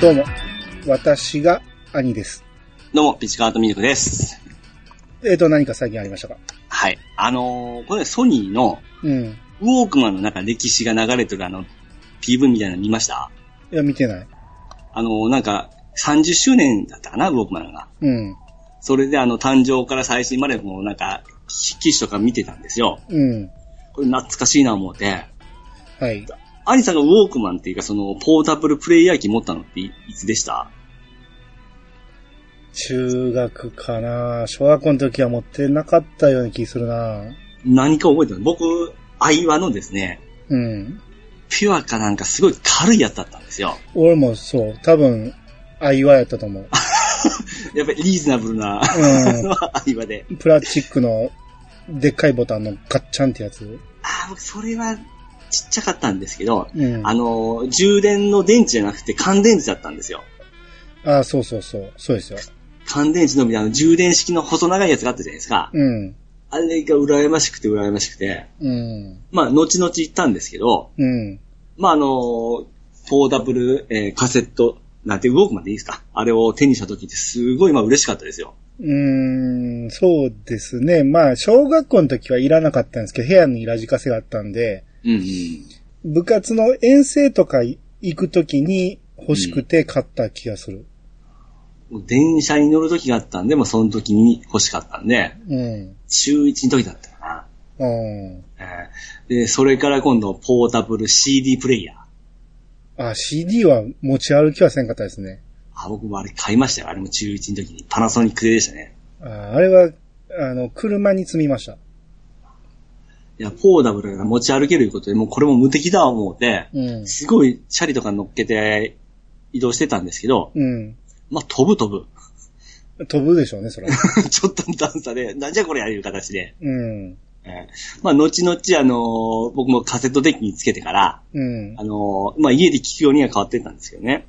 どうも、私が兄です。どうも、ピチカートミルクです。えっ、と、何か最近ありましたかはい。あのーこれソニーのうん。いウォークマンの中歴史が流れてるあの、PV みたいなの見ましたや、見てない。あのーなんか、30周年だったかな、ウォークマンが。うん。それであの、誕生から最新までもうなんか、機種とか見てたんですよ。うん。これ懐かしいな思って。はい。アニさんがウォークマンっていうか、その、ポータブルプレイヤー機持ったのっていいつでした中学かな小学校の時は持ってなかったような気するな何か覚えてる僕、アイワのですね、うん。ピュアかなんかすごい軽いやつだったんですよ。俺もそう、多分、アイワやったと思う。やっぱりリーズナブル な、アイワで。うん。プラスチックの、でっかいボタンのガッチャンってやつ。ああ、僕、それはちっちゃかったんですけど、うん。ああの、充電の電池じゃなくて乾電池だったんですよ。あ、そうそうそう。そうですよ。乾電池のみであの充電式の細長いやつがあったじゃないですか。うん。あれが羨ましくて羨ましくて、うん。まあ、後々行ったんですけど、うん。まあ、あの、ポーダブル、えーカセット、なんて動くまでいいですかあれを手にした時ってすごい、まあ、嬉しかったですよ。うーん、そうですね。まあ、小学校の時はいらなかったんですけど、部屋にラジカセがあったんで、うんうん。部活の遠征とか行く時に欲しくて買った気がする。もう電車に乗る時があったんで、もうその時に欲しかったんで、うん。中1の時だったかな。うん。えーで、それから今度、ポータブル CD プレイヤー。あ、CD は持ち歩きはせんかったですね。あ、僕もあれ買いましたよ。あれも中1の時に。パナソニックでしたね。ああれは、あの、車に積みました。いや、ポーダブルが持ち歩けるいうことで、もうこれも無敵だ思うて、うん。すごいシャリとか乗っけて移動してたんですけど、うん。まあ、飛ぶ飛ぶ。 飛ぶでしょうね、それは。ちょっとの段差で、なんじゃこれやいう形で。うん。えーまあ、後々、あのー僕もカセットデッキにつけてから、うん。あのーまあ、家で聞くようには変わってったんですけどね。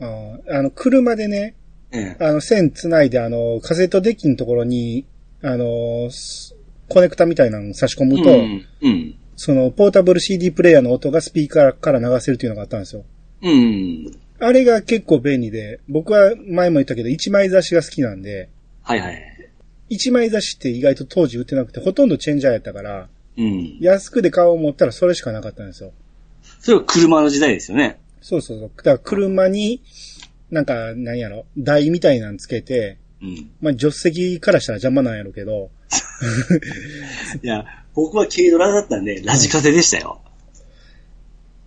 ああの、車でね、ええあの、線繋いで、あの、カセットデッキのところに、あの、すコネクタみたいなの差し込むと、うん。うん。その、ポータブル CD プレイヤーの音がスピーカーから流せるっていうのがあったんですよ。うん。あれが結構便利で、僕は前も言ったけど、一枚差しが好きなんで、はいはい。一枚差しって意外と当時売ってなくて、ほとんどチェンジャーやったから、うん。安くで買おう思ったらそれしかなかったんですよ。それは車の時代ですよね。そうそうそう。だから車に、なんか、なんやろ、台みたいなんつけて、うん。まあ、助手席からしたら邪魔なんやろうけど、いや、僕は軽ドラだったんで、ラジカセでしたよ。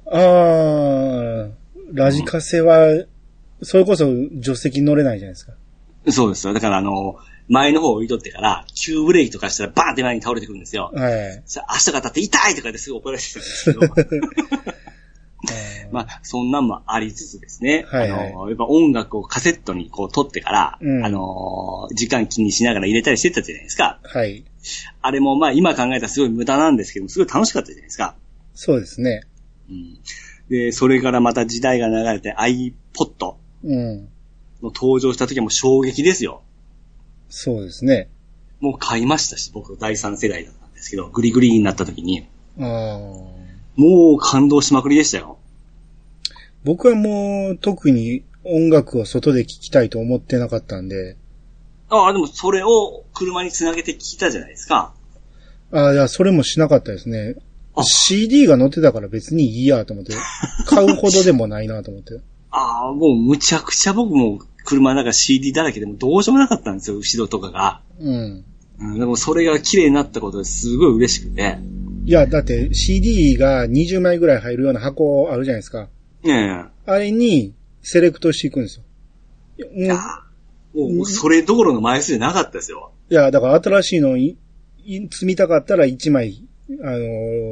あー、ラジカセは、それこそ助手席に乗れないじゃないですか。そうですよ。だからあの、前の方を追いとってから、急ブレーキとかしたらバーンって前に倒れてくるんですよ。はい。さ足とか当たって痛いとかですごい怒られてたんです けど。 まあ、そんなんもありつつですね。はいはいあの、やっぱ音楽をカセットにこう取ってから、うんあの、時間気にしながら入れたりしてたじゃないですか。はい。あれもまあ今考えたらすごい無駄なんですけど、すごい楽しかったじゃないですか。そうですね。うん。で、それからまた時代が流れて iPod のうん。登場した時はもう衝撃ですよ。そうですね。もう買いましたし、僕第三世代だったんですけど、グリグリになった時に、あー。もう感動しまくりでしたよ。僕はもう特に音楽を外で聴きたいと思ってなかったんで、ああ、でもそれを車につなげて聞いたじゃないですか。ああ、いや、それもしなかったですねあ。 CD が載ってたから別にいいやと思って、買うほどでもないなと思って。ああ、もうむちゃくちゃ僕も車の中 CD だらけでもどうしようもなかったんですよ、後ろとかが。うん。うん、でもそれが綺麗になったことですごい嬉しくて。いや、だって CD が20枚ぐらい入るような箱あるじゃないですか。ねあれにセレクトしていくんですよ。え。うんああもうそれどころの枚数じゃなかったです よ。いや、だから新しいのいい積みたかったら1枚、あの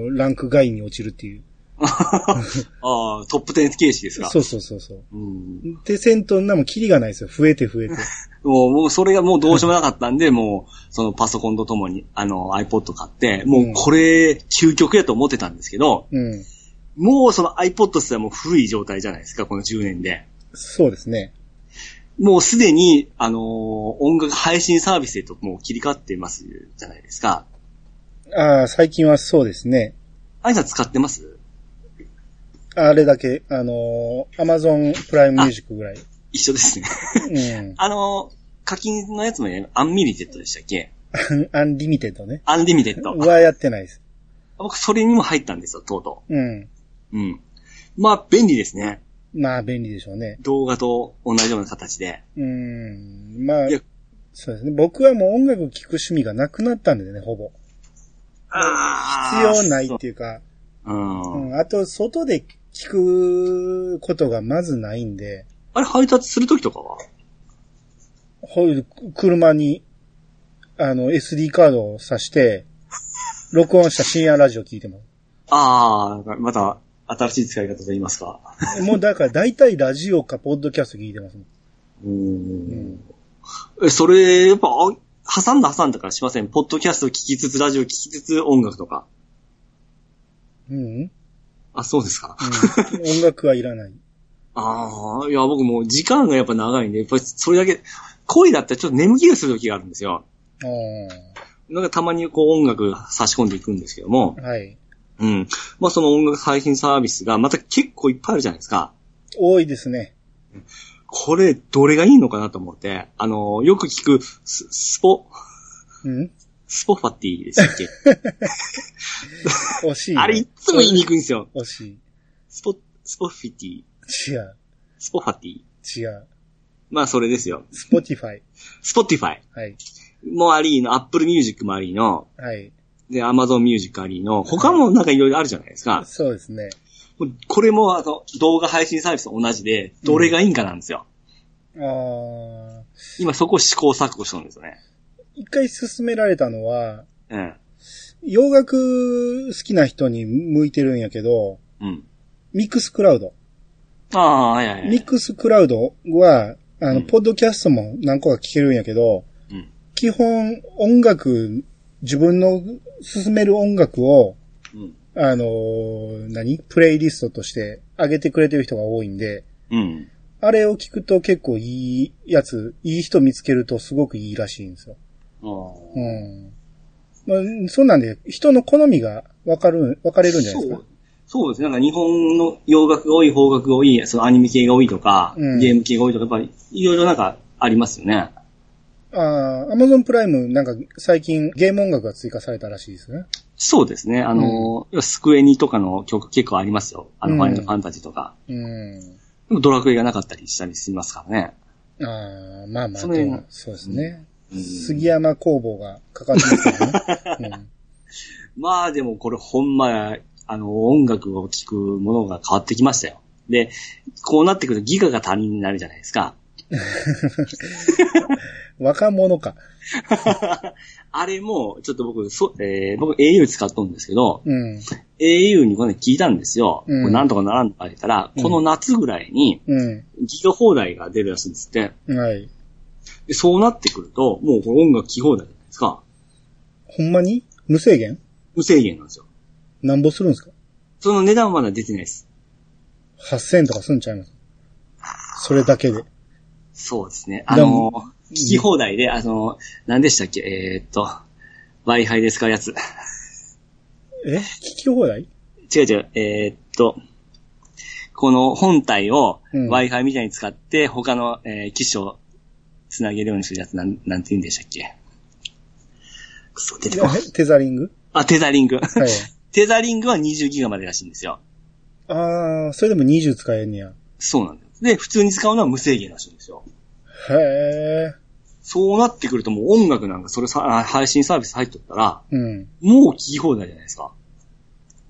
ーランク外に落ちるっていう。ああ、トップ10形式ですか。そうそうそうそう。うん、で、せんとんなもんキリがないですよ。増えて 増えて。もう、もうそれがもうどうしようもなかったんで、もう、そのパソコンとともに、あの、iPod 買って、もうこれ、究極やと思ってたんですけど、うん。もうその iPod すらもう古い状態じゃないですか、この10年で。そうですね。もうすでに、あのー音楽配信サービスへともう切り替わってますじゃないですか。ああ、最近はそうですね。アイさん使ってますあれだけ、あのー、アマゾンプライムミュージックぐらい。一緒ですね。 うん。 あの、課金のやつもね、アンミリテッドでしたっけアンアンリミテッドね。アンリミテッド。はやってないです。僕、それにも入ったんですよ、とうとうん。う。うん。まあ、便利ですね。まあ、便利でしょうね。動画と同じような形で。うん。まあいや、そうですね。僕はもう音楽聴く趣味がなくなったんでね、ほぼ。あ必要ないっそうていうか、うん。うん。あと、外で聴くことがまずないんで、あれ、配達するときとかはほい、車に、あの、SD カードを挿して、録音した深夜ラジオ聞いても。ああ、また、新しい使い方と言いますか。もうだから大体ラジオかポッドキャスト聞いてますもん。うーん。え、それ、やっぱ、あ挟んだ挟んだからしません。ポッドキャスト聞きつつ、ラジオ聞きつつ、音楽とか。うん、 うん、あ、そうですか。音楽はいらない。ああ、いや、僕もう時間がやっぱ長いんで、やっぱりそれだけ、恋だったらちょっと眠気がする時があるんですよ。あなんかたまにこう音楽差し込んでいくんですけどもー、はい。うん。まあその音楽配信サービスがまた結構いっぱいあるじゃないですか。多いですね。これ、どれがいいのかなと思って、あの、よく聞くス、スポ、うんスポファティでした っけ惜しい、ね。あれいつも言いにくいんですよ。惜しスポ、スポフィティ、い。違う。スポファティ。違う。まあそれですよ。スポティファイ。スポティファイはい。もありの、アップルミュージックもありの、はい。で、アマゾンミュージックありの、他もなんかいろいろあるじゃないですか。そうですね。もうこれもあの、動画配信サービスと同じで、どれがいいんかなんですよ。ああ。今そこを試行錯誤してるんですよね。一回勧められたのは、うん。洋楽好きな人に向いてるんやけど、うん。ミックスクラウド。ああ、はいはいはミッい。クスクラウドは、あの、うんポッドキャストも何個か聞けるんやけど、うん基本音楽、自分の進める音楽を、うん。あのー何プレイリストとして上げてくれてる人が多いんで、うん。あれを聞くと結構いいやつ、いい人見つけるとすごくいいらしいんですよ。あーうん。まあ、そうなんで、人の好みが分かる、分かれるんじゃないですそかう。そうですね。なんか日本の洋楽が多い、邦楽が多い、そのアニメ系が多いとか、うんゲーム系が多いとか、やっぱりいろいろなんかありますよね。ああ、Amazon プライムなんか最近ゲーム音楽が追加されたらしいですね。そうですね。あの、スクエニとかの曲結構ありますよ。あうの、んファイナルファンタジーとか。うん。でもドラクエがなかったりしたりしますからね。ああ、まあまあ、その辺でもそうですね。うん杉山工房がかかってますから ね。まあでもこれほんま、あの、音楽を聴くものが変わってきましたよ。で、こうなってくるとギガが他人になるじゃないですか。うん、若者か。あれも、ちょっと僕、そえー僕 au 使っとるんですけど、うん。 au にこれ聞いたんですよ。うんこれなんとかならんとか言ったら、うんこの夏ぐらいにうギガ放題が出るらしいんですって。ん。はい。でそうなってくると、もうこれ音楽聴き放題じゃないですか。ほんまに無制限無制限なんですよ。なんぼするんですかその値段はまだ出てないです。 ?8000 円とかすんちゃいますそれだけで。そうですね。あの、聞き放題で、あの、何でしたっけえーっと、Wi-Fi で使うやつ。え聞き放 題違う違う、えーっと、この本体をうん Wi-Fi みたいに使って、他の、えー機種をつなげるようにするやつ、なん、なんて言うんでしたっけくそ、出てこない。えテザリングあ、テザリング。 はい。テザリングは20ギガまでらしいんですよ。ああ、それでも20使えんねや。そうなんです。で、普通に使うのは無制限らしいんですよ。へえ。そうなってくるともう音楽なんかそれさ、あ配信サービス入っとったら、うん。もう聞き放題じゃないですか。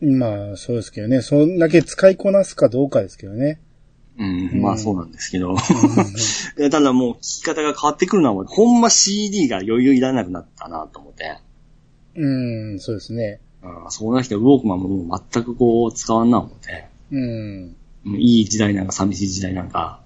まあ、そうですけどね。そんだけ使いこなすかどうかですけどね。うん、まあそうなんですけ ど。うただもう聞き方が変わってくるのは、ほんま CD が余裕いらなくなったなと思って。んうん、うんそうですね。うん、そうな人はウォークマンももう全くこう使わんな思って。うん。うんいい時代なんか寂しい時代なんか。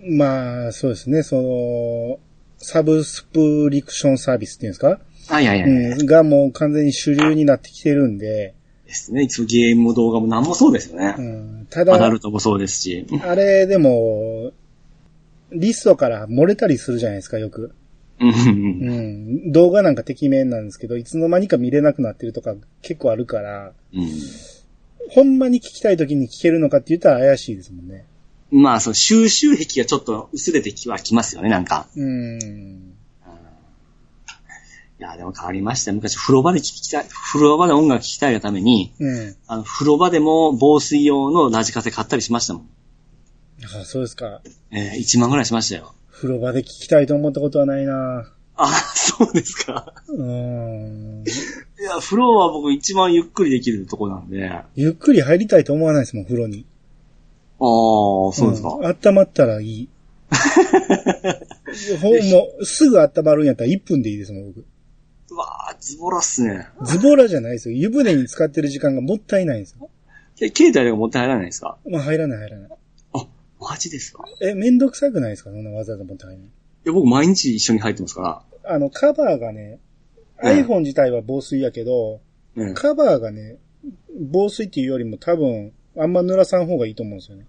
まあ、そうですね、その、サブスプリクションサービスっていうんですか、はいはいはい。うん、がもう完全に主流になってきてるんで、ですね。そうゲームも動画も何もそうですよねう。ん、たアダだル、トもそうですし。あれでも、リストから漏れたりするじゃないですか、よく。うんうんううんん、動画なんか適面なんですけど、いつの間にか見れなくなってるとか結構あるから、うんほんまに聞きたい時に聞けるのかって言ったら怪しいですもんね。まあ、その収集癖がちょっと薄れてきはきますよね、なんか。うーん。いや、でも変わりました。昔、風呂場で聞きたい、風呂場で音楽聞きたいがために、うん。あの、風呂場でも防水用のラジカセ買ったりしましたもん。あ、そうですか。えー、1万ぐらいしましたよ。風呂場で聞きたいと思ったことはないなあ、そうですか。うーん。いや、風呂は僕一番ゆっくりできるとこなんで。ああ、ゆっくり入りたいと思わないですもん、風呂に。そうですか。ん温まったらい い。ほんもう、すぐ温まるんやったら1分でいいですもん、僕。うわー、ズボラっすね。ズボラじゃないですよ。湯船に使ってる時間がもったいないんですよ。え、携帯でも持って入らないですかまあ、入らない入らない。あ、マジですかいえ、めんどくさくないですかそんなわざわざ持って入らない。や、僕毎日一緒に入ってますかあの、カバーがね、うん iPhone 自体は防水やけど、ら。うん。カバーがね、防水っていうよりも多分、あんま濡らさん方がいいと思うんですよね。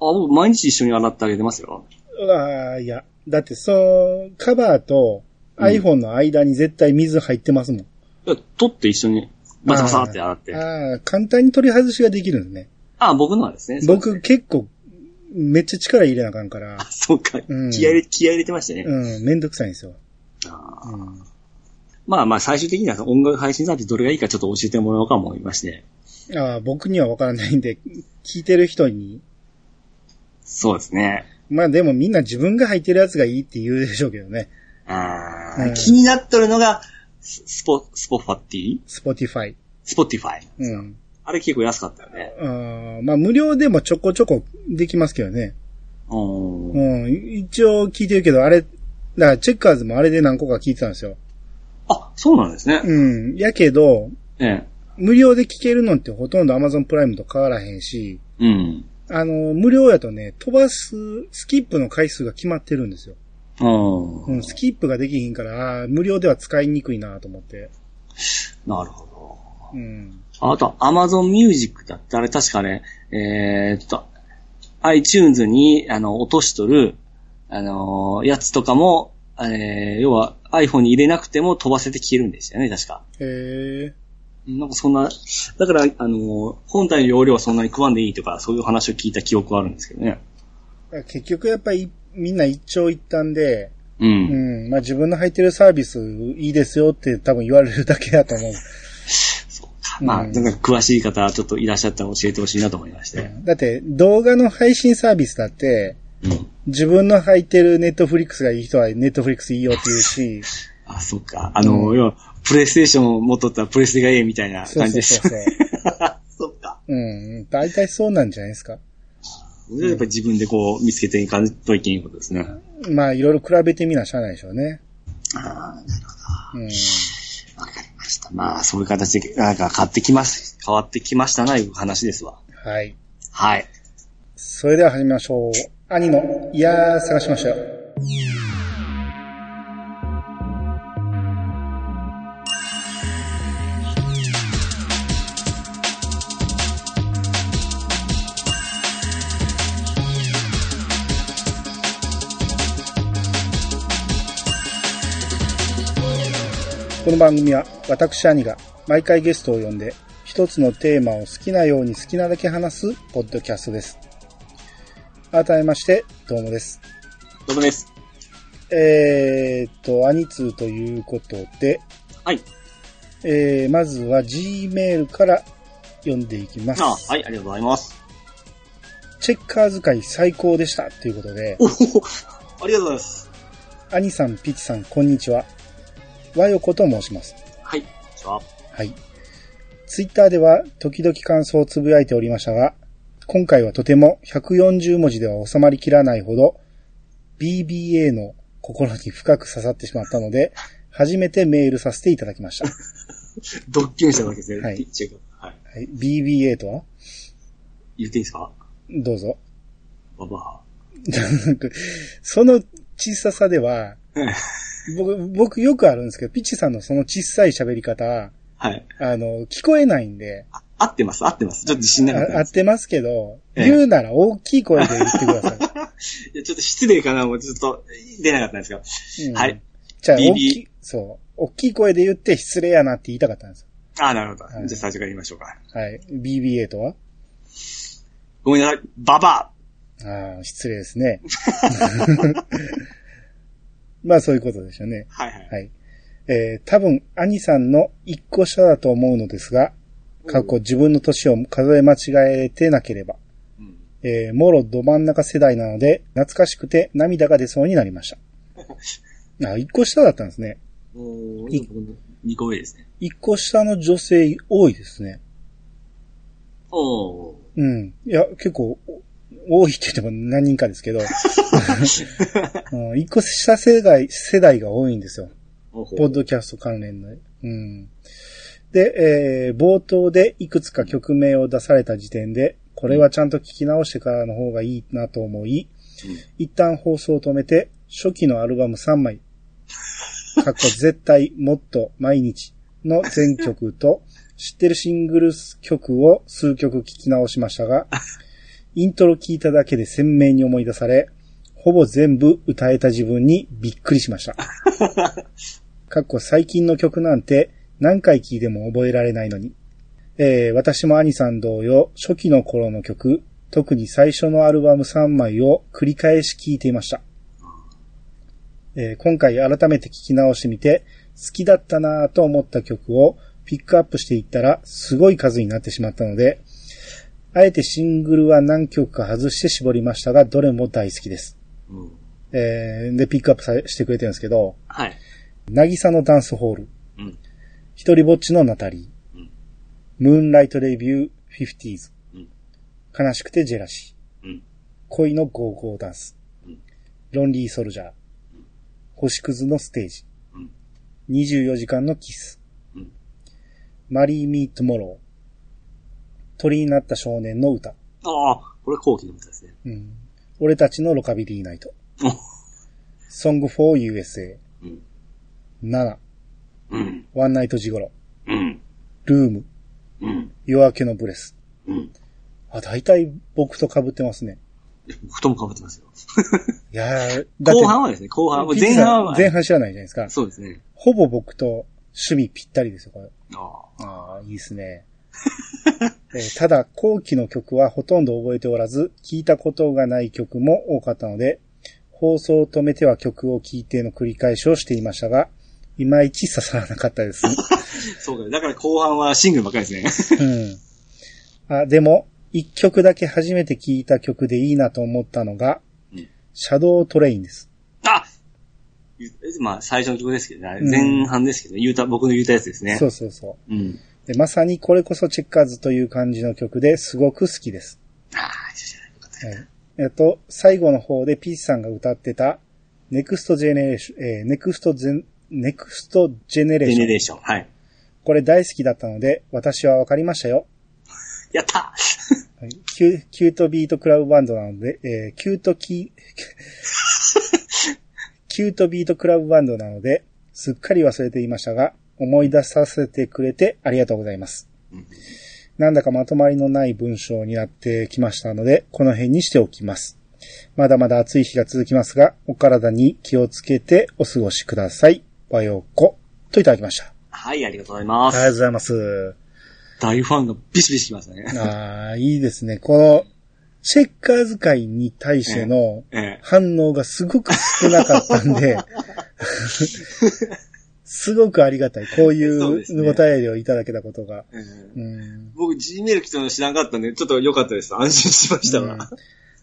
あ、僕毎日一緒に洗ってあげてますよ。うわーいや。だって、その、カバーとうん iPhone の間に絶対水入ってますもん。いや取って一緒に、バサバサって洗って。あああ、簡単に取り外しができるんですね。僕のはですね。そう僕結構、めっちゃ力入れなあかんからあ、そうか。うん気合い、気合い入れてましたね。うん、めんどくさいんですよ。あーうん、まあまあ、最終的にはその音楽配信サービスどれがいいかちょっと教えてもらおうか思いまして。ああ、僕にはわからないんで、聞いてる人に、そうですね。まあでもみんな自分が入ってるやつがいいって言うでしょうけどね。あーうん気になっとるのが、ススポ、スポファティスポティファイ。スポティファイ。うん。あれ結構安かったよね。あーまあ無料でもちょこちょこできますけどね。うん。うん。一応聞いてるけど、あれ、だからチェッカーズもあれで何個か聞いてたんですよ。あ、そうなんですね。うん。やけど、え無料で聞けるのってほとんど Amazon プライムと変わらへんし、え。うん。あの、無料やとね、飛ばす、スキップの回数が決まってるんですよ。ううんん、。スキップができひんから、あー無料では使いにくいなと思って。なるほうん。ど。あと、Amazon Music だったら確かね、えーっと、iTunes に、あの、落としとる、あのーやつとかも、えー、要は iPhone に入れなくても飛ばせて消えるんでしたよね、確か。へえ。なんかそんな、だから、あのー本体の容量はそんなに食わんでいいとか、そういう話を聞いた記憶はあるんですけどね。結局やっぱり、みんな一長一短で、うん。うん。まあ、自分の入ってるサービスいいですよって多分言われるだけだと思う。そうかまあ、うんなんか詳しい方、ちょっといらっしゃったら教えてほしいなと思いまして。だって、動画の配信サービスだって、うん。自分の入ってるネットフリックスがいい人はネットフリックスいいよって言うし、あ、そっか。あの、要は、プレイステーションを持っとったらプレステがええみたいなそう感じそでうしそうた。そう。そっか。うん。大体そうなんじゃないですか。やっぱり自分でこう、見つけていかんといけんことですね。まあ、いろいろ比べてみなしゃあないでしょうね。ああ、なるほうん。ど。わかりました。まあ、そういう形で、なんか変わってきます。変わってきましたな、いう話ですわ。はい。はい。それでは始めましょう。兄の、いやー、探しましたよ。この番組は私兄が毎回ゲストを呼んで一つのテーマを好きなように好きなだけ話すポッドキャストです。改めまして、どうもです。どうもです。えー、っと、兄通ということで、はい。えー、まずは G メールから読んでいきます。あはい、ありがとうございます。チェッカー使い最高でしたということで、おおありがとうございます。兄さん、ピチさん、こんにちは。和よこと申します。はい。こんにちは。はい。ツイッターでは時々感想をつぶやいておりましたが、今回はとても140文字では収まりきらないほど BBA の心に深く刺さってしまったので、初めてメールさせていただきました。ドッキリしたわけですね。はいチェック。はい。はい、BBA とは言っていいですかどうぞ。 ババその小ささではええ、僕、僕よくあるんですけど、ピッチさんのその小さい喋り方、アはい。あの、聞こえないんで、あ合ってます、合ってます。ちょっと自信なかったあ合でってますけど、ええ言うなら大きい声で言ってください。す。いやちょっと失礼かな、もうちょっと出なかったんですけど。うん はい。じゃあ、 BB 大きい、そう。大きい声で言って失礼やなって言いたかったんですよ。ああ、なるほど。はいじゃあ最初から言いましょうか。はい。BBA とはごめんなさい。ババああ、失礼です ね。 まあそういうことでしたね。アはいはい。はい。えー、多分、兄さんの一個下だと思うのですが、過去自分の年を数え間違えてなければ、うん えー、もろど真ん中世代なので、懐かしくて涙が出そうになりました。あ、一個下だったんですね。おー、2個上ですね。一個下の女性多いですね。おー。うん。いや、結構、お多いって言っても何人かですけど、うん、一個下世代、世代が多いんですよ。おポッドキャスト関連の。うん。で、えー冒頭でいくつか曲名を出された時点で、これはちゃんと聞き直してからの方がいいなと思い、一旦放送を止めて、初期のアルバム3枚、過去絶対もっと毎日の全曲と、知ってるシングル曲を数曲聞き直しましたが、イントロ聞いただけで鮮明に思い出され、ほぼ全部歌えた自分にびっくりしました。かっこ最近の曲なんて何回聴いても覚えられないのに。えー私も兄さん同様、初期の頃の曲、特に最初のアルバム3枚を繰り返し聴いていました。えー今回改めて聴き直してみて、好きだったなぁと思った曲をピックアップしていったら、すごい数になってしまったので、あえてシングルは何曲か外して絞りましたが、どれも大好きです。うんえーで、ピックアップさしてくれてるんですけど、はい。なぎさのダンスホール、うん。一人ぼっちのナタリー、うんムーンライトレビュー 50s、うん悲しくてジェラシー、うん。恋のゴーゴーダンス、うんロンリーソルジャー、星屑のステージ、うん。 24時間のキス、うん。マリー・ミー・トゥモロー、鳥になった少年の歌、ああ、これ後期の歌ですね。うん俺たちのロカビリーナイト、ソング for USA、うん。 7、うん。ワンナイトジゴロ、うん。ルーム、うん。夜明けのブレス。うん。あ、大体僕と被ってますね。布団かぶってますよ。いやー、だって後半はですね、後半。ピッチ前さん半は。前半知らないじゃないですか。そうですね。ほぼ僕と趣味ぴったりですよ、これ。ああ。ああ、いいです ね。えーただ、後期の曲はほとんど覚えておらず、聞いたことがない曲も多かったので、放送を止めては曲を聴いての繰り返しをしていましたが、いまいち刺さらなかった ですね。そうだ。だから後半はシングルばっかり ですね。うん。あ、でも、一曲だけ初めて聴いた曲でいいなと思ったのが、うんシャドートレインです。あまあ、最初の曲ですけどね。うん前半ですけど、言うた、僕の言うたやつですね。そうそうそう。うん。でまさにこれこそチェッカーズという感じの曲ですごく好きです。ああ、じゃあよかったはい。えっと、最後の方でピーチさんが歌ってた、ネクストジェネレーション、えーネクストゼン、ネクストジェネレージェショネンレ。ーション。はい。これ大好きだったので、私はわかりましたよ。やった はいキュキュートビートクラブバンドなので、えーキュートキ ー、キュートビートクラブバンドなので、すっかり忘れていましたが、思い出させてくれてありがとうございます。うんなんだかまとまりのない文章になってきましたので、この辺にしておきます。まだまだ暑い日が続きますが、お体に気をつけてお過ごしください。和洋子といただきました。はい、ありがとうございあまりがとうす。ございます。大ファンがビシビシきましたね。ああ、いいですね。この、チェッカーズ界に対してのええ。反応がすごく少なかったんで、 すごくありがたい。こういそううですねお便りをいただけたことが。ええうん僕、G メール来たの知らんかったんで、ちょっと良かったです。安心しましたわ。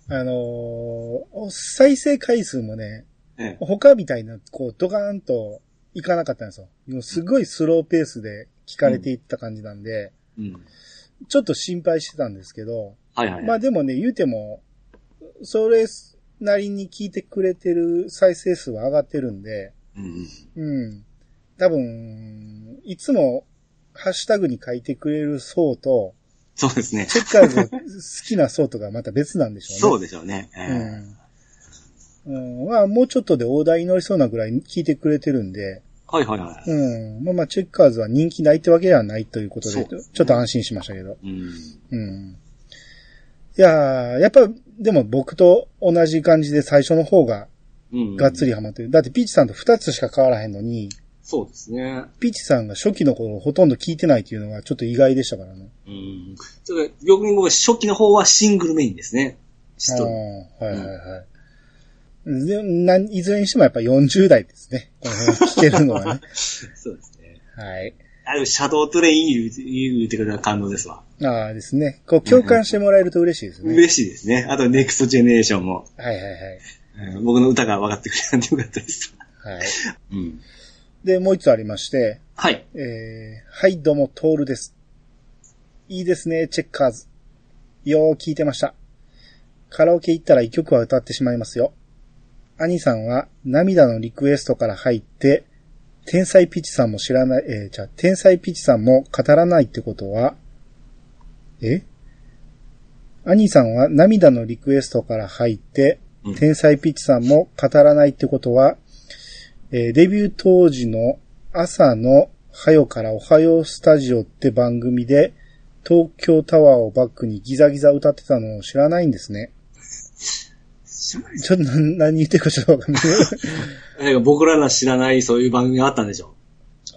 あのーお再生回数もね、ええ他みたいな、こう、ドカーンといかなかったんですよ。もうすごいスローペースで聞かれていった感じなんで、うんちょっと心配してたんですけど、はいはい。まあでもね、言うても、それなりに聞いてくれてる再生数は上がってるんで、うんうんうん。多分、いつも、ハッシュタグに書いてくれる層と、そうですね。チェッカーズが好きな層とかまた別なんでしょうね。そうでしょうね。ええうん。うん、まあ、もうちょっとで大台に乗りそうなぐらい聞いてくれてるんで、はいはいはい。うん。まあまあ、チェッカーズは人気ないってわけではないということそで、うですねちょっと安心しましたけど。うん。うん。いやー、やっぱ、でも僕と同じ感じで最初の方がうん。がっつりハマってる。だってピーチさんと2つしか変わらへんのに、そうですね。ピチさんが初期の頃ほとんど聞いてないっていうのがちょっと意外でしたからね。うん。それから逆に僕は初期の方はシングルメインですね。あスあトー、はいはいはい。でなんいずれにしてもやっぱ40代ですね。この辺聞けるのはね。そうですね。はい。あれ、シャドートレイン言うて言うてくれた感動ですわ。ああですね。こう共感してもらえると嬉しいですね。嬉しいですね。あと、ネクストジェネレーションも、はいはいはい。うん僕の歌が分かってくれたんでよかったです。はい。うん。で、もう一つありまして、はい。えー、はい、どうも、トールです。いいですね、チェッカーズ。よう聞いてました。カラオケ行ったら一曲は歌ってしまいますよ。兄さんは涙のリクエストから入って、天才ピチさんも知らない、えー、じゃあ、天才ピチさんも語らないってことは、え兄さんは涙のリクエストから入って、うん天才ピチさんも語らないってことは、えーデビュー当時の朝のはよからおはようスタジオって番組で、東京タワーをバックにギザギザ歌ってたのを知らないんですね。知らないちょっと何何言ってるかちょっとわ かんない。なんか僕らの知らないそういう番組があったんでしょ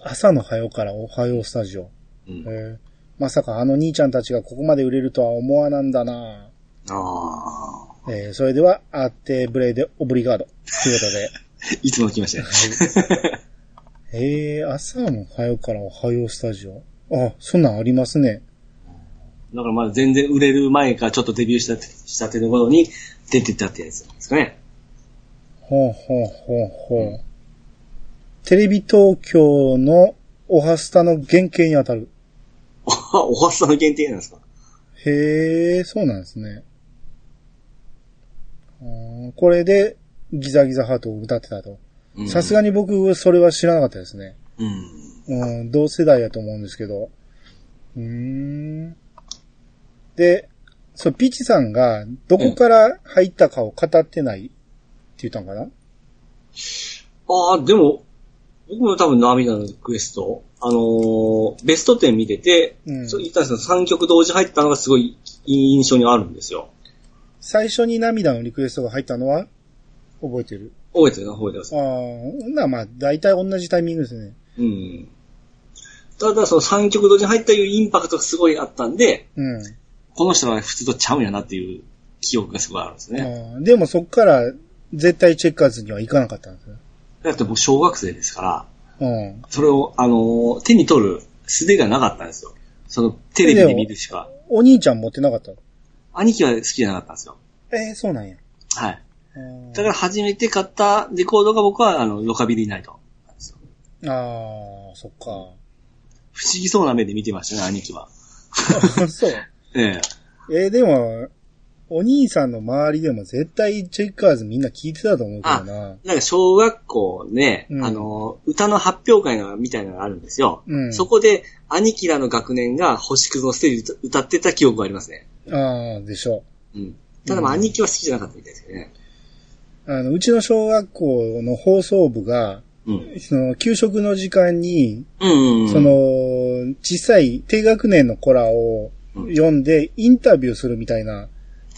朝の早うからおはようスタジオ。う。うん。へえまさかあの兄ちゃんたちがここまで売れるとは思わなんだなああ。えーそれでは、アーテブレイでオブリガード。ということで。いつも来ましたね。 えー、朝の早うからおはようスタジオ。あ、そんなんありますね。 だからまだ全然売れる前か、ちょっとデビューしたて、したての頃に出てったってやつなんですかね。ほうほうほうほう。テレビ東京のオハスタの原型にあたる。おは、おはさの限定なんですかへえ、そうなんですね。あーこれで、ギザギザハートを歌ってたと。さすががに僕、それは知らなかったですね。うん。うん、同世代だと思うんですけど。うーん。で、そう、ピチさんが、どこから入ったかを語ってないって言ったんかな、ああ、でも、僕も多分涙のリクエスト、あのーベスト10見てて、うんそう言ったんですけど、3曲同時入ったのがすごい印象にあるんですよ。最初に涙のリクエストが入ったのは、覚えてる。覚えてるな、覚えてますあ。あ、ほんならまあ、大体同じタイミングですね。うん。ただ、その3曲同時に入ったいうインパクトがすごいあったんで、うん。この人は普通とちゃうんやなっていう記憶がすごいあるんですね。あーでもそっから、絶対チェッカーズには行かなかったんですよ。だって僕小学生ですから、うん。それを、あのー手に取る素手がなかったんですよ。その、テレビで見るしか。お兄ちゃん持ってなかった兄貴は好きじゃなかったんですよ。えー、そうなんや。はい。あーだから初めて買ったレコードが僕は、あの、ロカビリーナイトなんですよ。あー、そっか。 不思議そうな目で見てましたね、兄貴は。そう。ええ。えーでも、お兄さんの周りでも絶対チェッカーズみんな聞いてたと思うけどな。なんか小学校ね、うんあのー、歌の発表会のみたいなのがあるんですよ。うんそこで、兄貴らの学年が星屑のステージで歌ってた記憶がありますね。ああ、でしょうん。ただまあ、うん兄貴は好きじゃなかったみたいですよね。う。あの、うちの小学校の放送部が、うん。その、給食の時間に、うん、うん。そ、の、小さい低学年の子らをうん読んで、インタビューするみたいな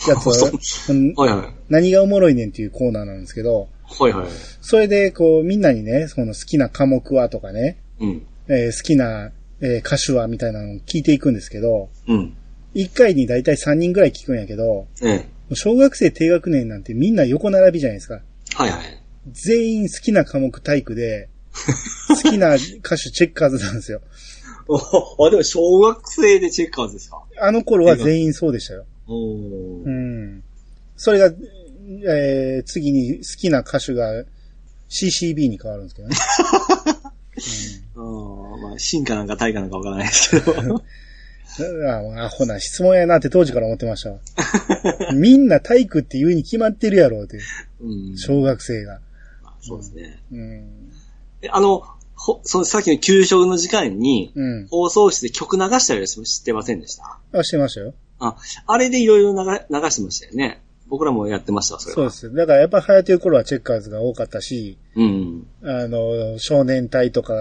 やつそうを、うんはいはい。何がおもろいねんっていうコーナーなんですけど、はいはい。それで、こう、みんなにね、その好きな科目はとかね、うん。えー好きな、えー歌手はみたいなのを聞いていくんですけど、うん。 1回にだいたい3人ぐらい聞くんやけど、ええ。小学生低学年なんてみんな横並びじゃないですか。はい はい。全員好きな科目体育 で、好きな歌手チェッカーズなんですよ。あ、でも小学生でチェッカーズですかあの頃は全員そうでしたよ。おお、うん。それが、えー、次に好きな歌手が CCB に変わるんですけどね。 あーまあ、進化なんか退化なんかわからないです けど。あ、アホな質問やなって当時から思ってましたわ。 みんな体育って言うに決まってるやろうって、うん、小学生が。まあそうですね。うん。であの、ほそのさっきの給食の時間に、うん。放送室で曲流したりは知ってませんでしたあ、してましたよ。あ、あれでいろいろ流流してましたよね。僕らもやってましたわ、それそうは。ですよ。だからやっぱ流行ってる頃はチェッカーズが多かったし、うん。あの、少年隊とか、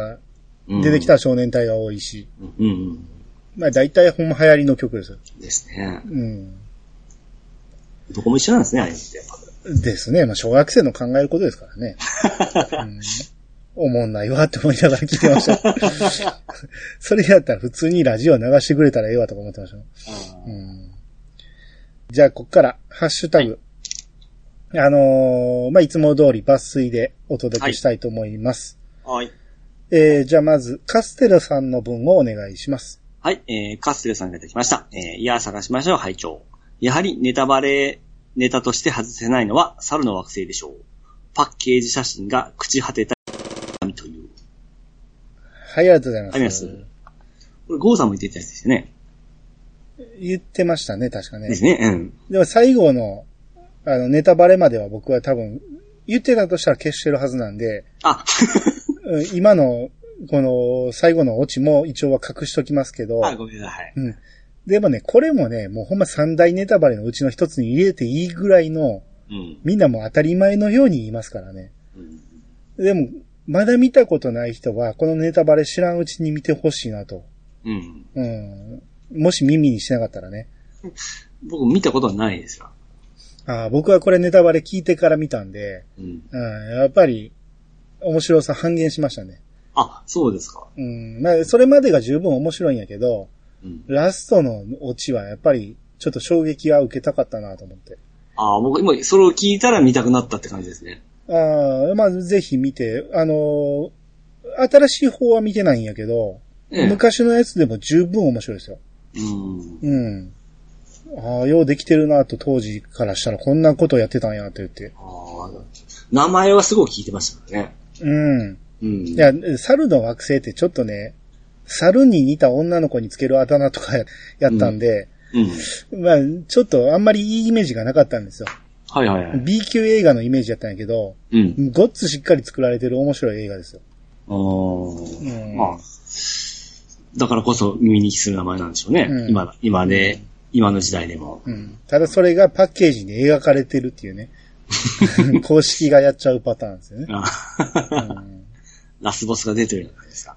うん出てきた。少年隊が多いし、うん。うんまあ大体ほんま流行りの曲ですよ。ですね。うん。どこも一緒なんですね、あれって。ですね。まあ小学生の考えることですからね。うんおもんないわって思いながら聞いてました。 それやったら普通にラジオ流してくれたらええわとか思ってました。うんじゃあ、こっから、ハッシュタグ。あのーまあ、いつも通り抜粋でお届けしたいと思います。はい。えー、じゃあまず、カステルさんの分をお願いします。はい、えー、カステルさんがいただきました。えー、いやー探しましょう、拝聴。やはりネタバレ、ネタとして外せないのは猿の惑星でしょう。パッケージ写真が朽ち果てた神という。はい、ありがとうございます。ありがとうございこれ、ゴーさんも言ってたやつですよね。言ってましたね、確かねで。すね。うん。でも最後の、あの、ネタバレまでは僕は多分、言ってたとしたら消してるはずなんで、あ、うん今の、この、最後のオチも一応は隠しときますけど、 あ、ごめんなさい。うん。でもね、これもね、もうほんま三大ネタバレのうちの一つに入れていいぐらいの、うん。みんなもう当たり前のように言いますからね。うんでも、まだ見たことない人は、このネタバレ知らんうちに見てほしいなと。うん。うん。もし耳にしなかったらね。僕見たことはないですよ。ああ、僕はこれネタバレ聞いてから見たんで、うん。うん、やっぱり、面白さ半減しましたね。あ、そうですか。うん。まあ、それまでが十分面白いんやけど、うん。ラストのオチはやっぱり、ちょっと衝撃は受けたかったなと思って。あー、僕今、それを聞いたら見たくなったって感じですね。ああ、まあ、ぜひ見て、あのー新しい方は見てないんやけど、ええ昔のやつでも十分面白いですよ。うん。うん。ああ、ようできてるなと当時からしたらこんなことやってたんやって言って。あー名前はすごい聞いてましたからね。うん。うん。いや、猿の惑星ってちょっとね、猿に似た女の子につけるあだ名とかや やったんで、うん。まあ、ちょっとあんまりいいイメージがなかったんですよ。はいはいはい。 B 級映画のイメージやったんやけど、うん。ごっつしっかり作られてる面白い映画ですよ。あーうんまあ、だからこそ耳にする名前なんでしょうね。うん今、今で、今の時代でも。うん。ただそれがパッケージに描かれてるっていうね。公式がやっちゃうパターンですよね。あうんラスボスが出てるじゃないですか。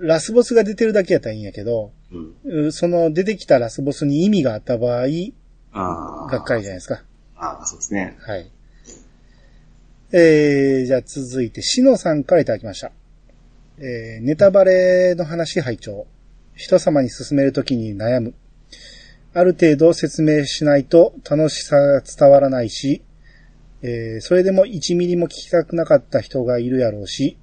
ラスボスが出てるだけやったらいいんやけど、うん。うその出てきたラスボスに意味があった場合、ああ。がっかりじゃないですか。ああ、そうですね。はい。えー、じゃあ続いて、しのさんからいただきました。えー、ネタバレの話拝聴人様に勧めるときに悩む。ある程度説明しないと楽しさが伝わらないし、えー、それでも1ミリも聞きたくなかった人がいるやろうし、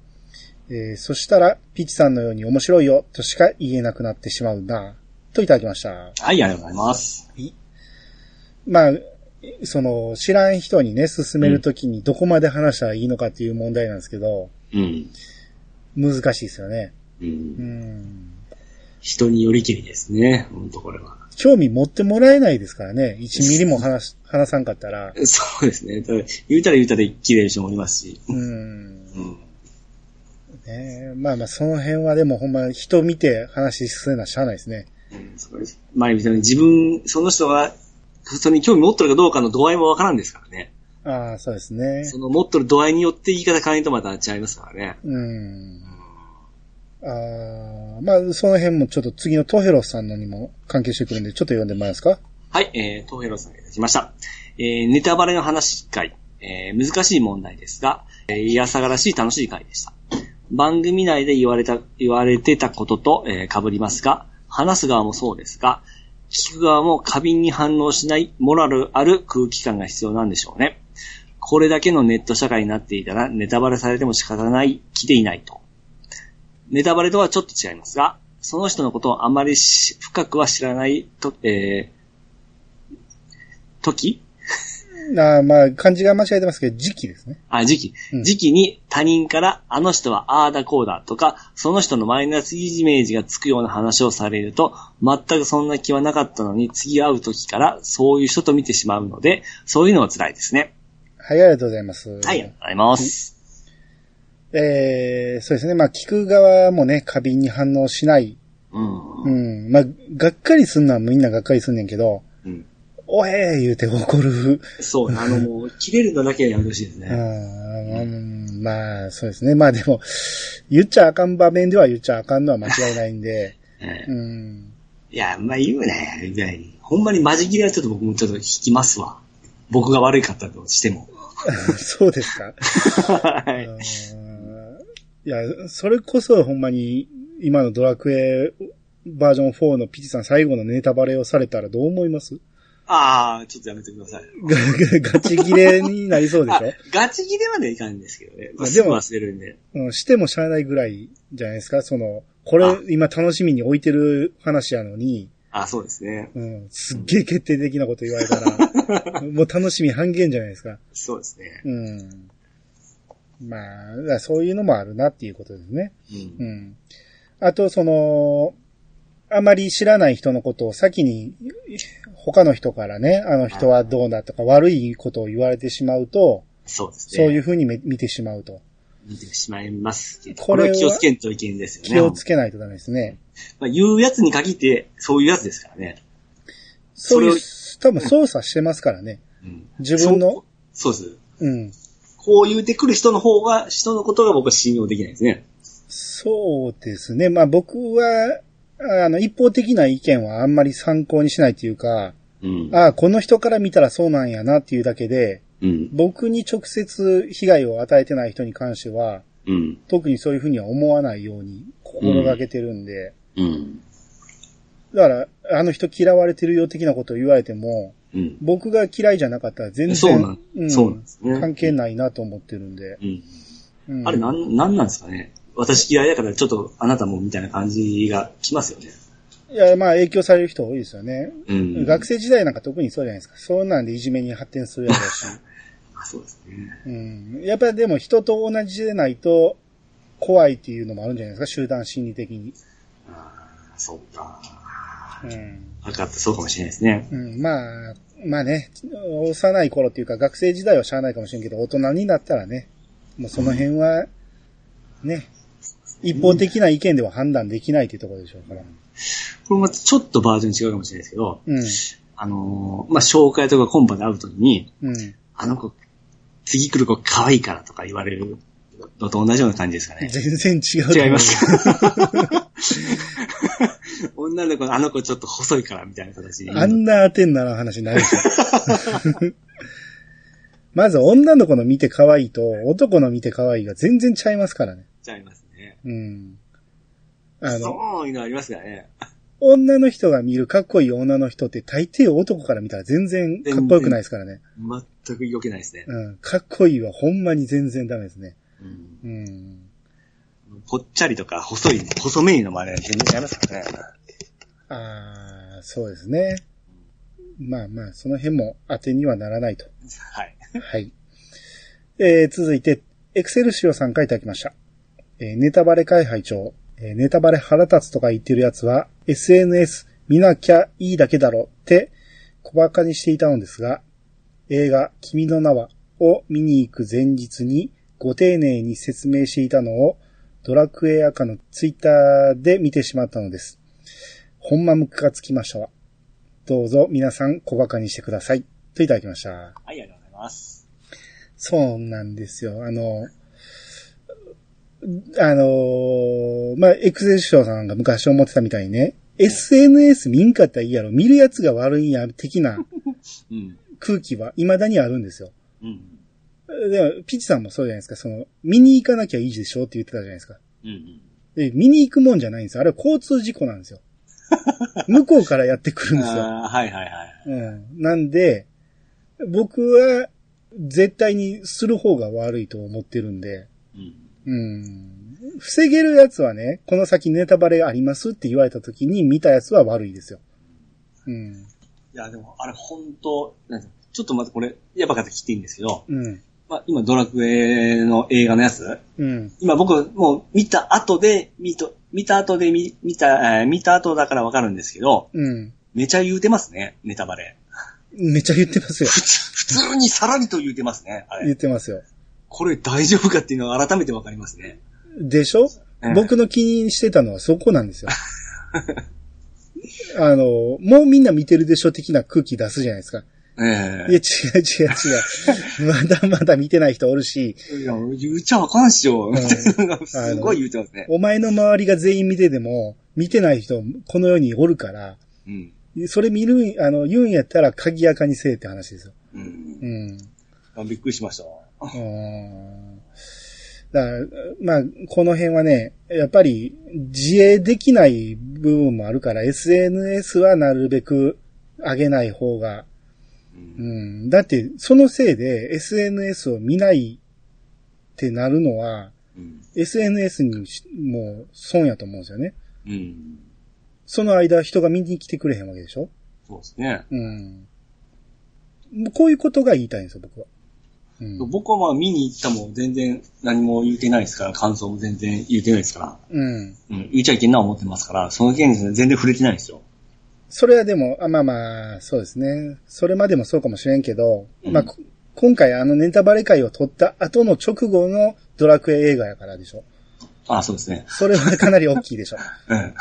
えー、そしたら、ピチさんのように面白いよとしか言えなくなってしまうな、といただきました。はい、ありがとうございます。まあ、その、知らん人にね、進めるときにどこまで話したらいいのかっていう問題なんですけど、うん。難しいですよね。う。うんん。人によりきりですね。ほんとこれは。興味持ってもらえないですからね。1ミリも話し、話さんかったら。そうですね。ただ言うたら言うたで切れる人もいますし。うん。ねうん。えまあまあ、その辺はでもほんま人見て話しするのはしゃあないですね。うんそこです前みたいに自分、その人が、それに興味持ってるかどうかの度合いもわからんですからね。ああ、そうですね。その持ってる度合いによって言い方変えんとまた違いますからね。うん。ああ、まあ、その辺もちょっと次のトヘロスさんのにも関係してくるんで、ちょっと読んでもらえますかはい、えー、トヘロさんがいただきました。えー、ネタバレの話会、えー、難しい問題ですが、えー、いやさがらしい楽しい会でした。番組内で言われた、言われてたことと、えー、被りますが、話す側もそうですが、聞く側も過敏に反応しない、モラルある空気感が必要なんでしょうね。これだけのネット社会になっていたら、ネタバレされても仕方ない、来ていないと。ネタバレとはちょっと違いますが、その人のことをあまりし深くは知らないと、えー、時ああ、まあ、漢字が間違えてますけど、時期ですね。あ、時期うん。時期に他人から、あの人はああだこうだとか、その人のマイナスイメージがつくような話をされると、全くそんな気はなかったのに、次会う時からそういう人と見てしまうので、そういうのは辛いですね。はい、ありがとうございます。はい、ありがとうございます。えー、そうですね。まあ、聞く側もね、過敏に反応しない。うん。う。うんん。まあ、がっかりすんのはみんながっかりすんねんけど、おえー言うて怒る。そう、あの、もう、切れるのだけはやめてほしいですあね。ーうん、まあ、そうですね。まあでも、言っちゃあかん場面では言っちゃあかんのは間違いないん で、ええうん。いや、まあ言うね、みたいに。ほんまにマジ切れはちょっと僕もちょっと引きますわ。僕が悪いかったとしても。 そうですか。はい。うんいや、それこそほんまに、今のドラクエバージョン4のピチさん最後のネタバレをされたらどう思います ああ、ちょっとやめてください。ガチ切れになりそうでしあょ、ガチ切れまではいかんですけどね。まあすぐでも忘れるんで。うん、してもしゃあないぐらいじゃないですかその、これあ今楽しみに置いてる話やのに、あそうですね。うん、すっげえ決定的なこと言われたら、もう楽しみ半減じゃないですか。そうですね。うん。まあ、だからそういうのもあるなっていうことですね。うん。うん。あと、その、あまり知らない人のことを先に、他の人からね、あの人はどうだとか悪いことを言われてしまうと、そうですね。そういうふうにめ見てしまうと。見てしまいますけど。ここれはれは気をつけんといけんですよね。気をつけないとダメですね。まあ、言うやつに限って、そういうやつですからね。そういうそれを、多分操作してますからね。うん。自分の、そうです。うん。こう言うてくる人の方が、人のことが僕は信用できないですね。そうですね。まあ僕は、あの、一方的な意見はあんまり参考にしないというか、うん。ああ、この人から見たらそうなんやなっていうだけで、うん。僕に直接被害を与えてない人に関しては、うん。特にそういうふうには思わないように心がけてるんで、うん。だから、あの人嫌われてるよ的なことを言われても、うん。僕が嫌いじゃなかったら全然、そうなんんそうなんですね関係ないなと思ってるんで。うん。うんあれ、なん、なんなんですかね。私嫌いだから、ちょっとあなたもみたいな感じがきますよね。いや、まあ影響される人多いですよね。うん。学生時代なんか特にそうじゃないですか。そうなんでいじめに発展するやろうし。 あそうですうね。ん。やっぱりでも人と同じでないと怖いっていうのもあるんじゃないですか。集団心理的に。あーそうか。うん。分かった、そうかもしれないですね。うん、まあ、まあね、幼い頃っていうか学生時代はしゃあないかもしれんけど、大人になったらね、もうその辺は、ね、一方的な意見では判断できないっていうところでしょうから。これまたちょっとバージョン違うかもしれないですけど、うん。あのーまあ、紹介とかコンパで会うときに、うん。あの子、次来る子可愛いからとか言われるのと同じような感じですか ね。全然違うと思う。違います。 女の子のあの子ちょっと細いからみたいな形に。あんな当てんならん話ないでしょ。 まず女の子の見て可愛いと男の見て可愛いが全然ちゃいますからね。ちゃいますね。うん。あの、そういうのありますからね。女の人が見るかっこいい女の人って大抵男から見たら全然かっこよくないですからね。全く動けないですね。うん。かっこいいはほんまに全然ダメですね。うんうん。ぽっちゃりとか細い、細めいのもあれ全然違いますからね。あー、そうですね。まあまあ、その辺も当てにはならないと。はい。はい。えー、続いて、エクセルシオさんからいただきました。えー、ネタバレ会拝長、えーネタバレ腹立つとか言ってるやつは、SNS 見なきゃいいだけだろって小馬鹿にしていたのですが、映画、君の名はを見に行く前日にご丁寧に説明していたのを、ドラクエ赤のツイッターで見てしまったのです。ほんまムカがつきましたわ。どうぞ皆さん小馬鹿にしてください。といただきました。はい、ありがとうございます。そうなんですよ。あの、あの、まあ、エクセルショーさんが昔思ってたみたいにね、SNS 見んかったらいいやろ、見るやつが悪いんや、的なうん。空気は未だにあるんですよ。うん。でも、ピチさんもそうじゃないですか、その、見に行かなきゃいいでしょって言ってたじゃないですか。うん。で、見に行くもんじゃないんですよ。あれは交通事故なんです よ。向こうからやってくるんですよ。あーはいはいはい。うん。なんで、僕は絶対にする方が悪いと思ってるんで、うん。うん。防げるやつはね、この先ネタバレありますって言われた時に見たやつは悪いですよ。うん。いや、でも、あれ、本当なんてちょっとまずこれ、やばかったら切っていいんですけど、うん。まあ、今、ドラクエの映画のやつ、うん。今僕、もう見た後で、見と、見た後で見、見た、えー見た後だからわかるんですけど、うん。めちゃ言うてますね、ネタバレ。めっちゃ言ってますよ。普通、普通にさらりと言うてますね、あ言れ。ってますよ。これ大丈夫かっていうのが改めてわかりますね。でしょ、うん僕の気にしてたのはそこなんですよ。 あの、もうみんな見てるでしょ的な空気出すじゃないですか。えいや、違う違う違 う。まだまだ見てない人おるし、えいや、言うちゃわかんっしょ。 すごい言うてますね。お前の周りが全員見てても、見てない人、この世におるから、うん。それ見るん、あの、言うんやったら、鍵やかにせえって話ですよ。うんうん。あびっくりしました。うーんだからまあ、この辺はね、やっぱり自衛できない部分もあるから、SNS はなるべく上げない方が、うん。だって、そのせいで SNS を見ないってなるのは、うん。 SNS にしもう損やと思うんですよね。うん。その間人が見に来てくれへんわけでしょそうですね。うん。もうこういうことが言いたいんですよ、僕は。うん。僕はまあ見に行ったも全然何も言うてないですから、感想も全然言うてないですから、うん。うん、言っちゃいけんな思ってますから、その件に全然触れてないですよ。それはでも、あまあまあ、そうですね。それまでもそうかもしれんけど、うんまあ、こ今回あのネタバレ会を撮った後の直後のドラクエ映画やからでしょ。ああ、そうですね。それはかなり大きいでしょ。うん。 うん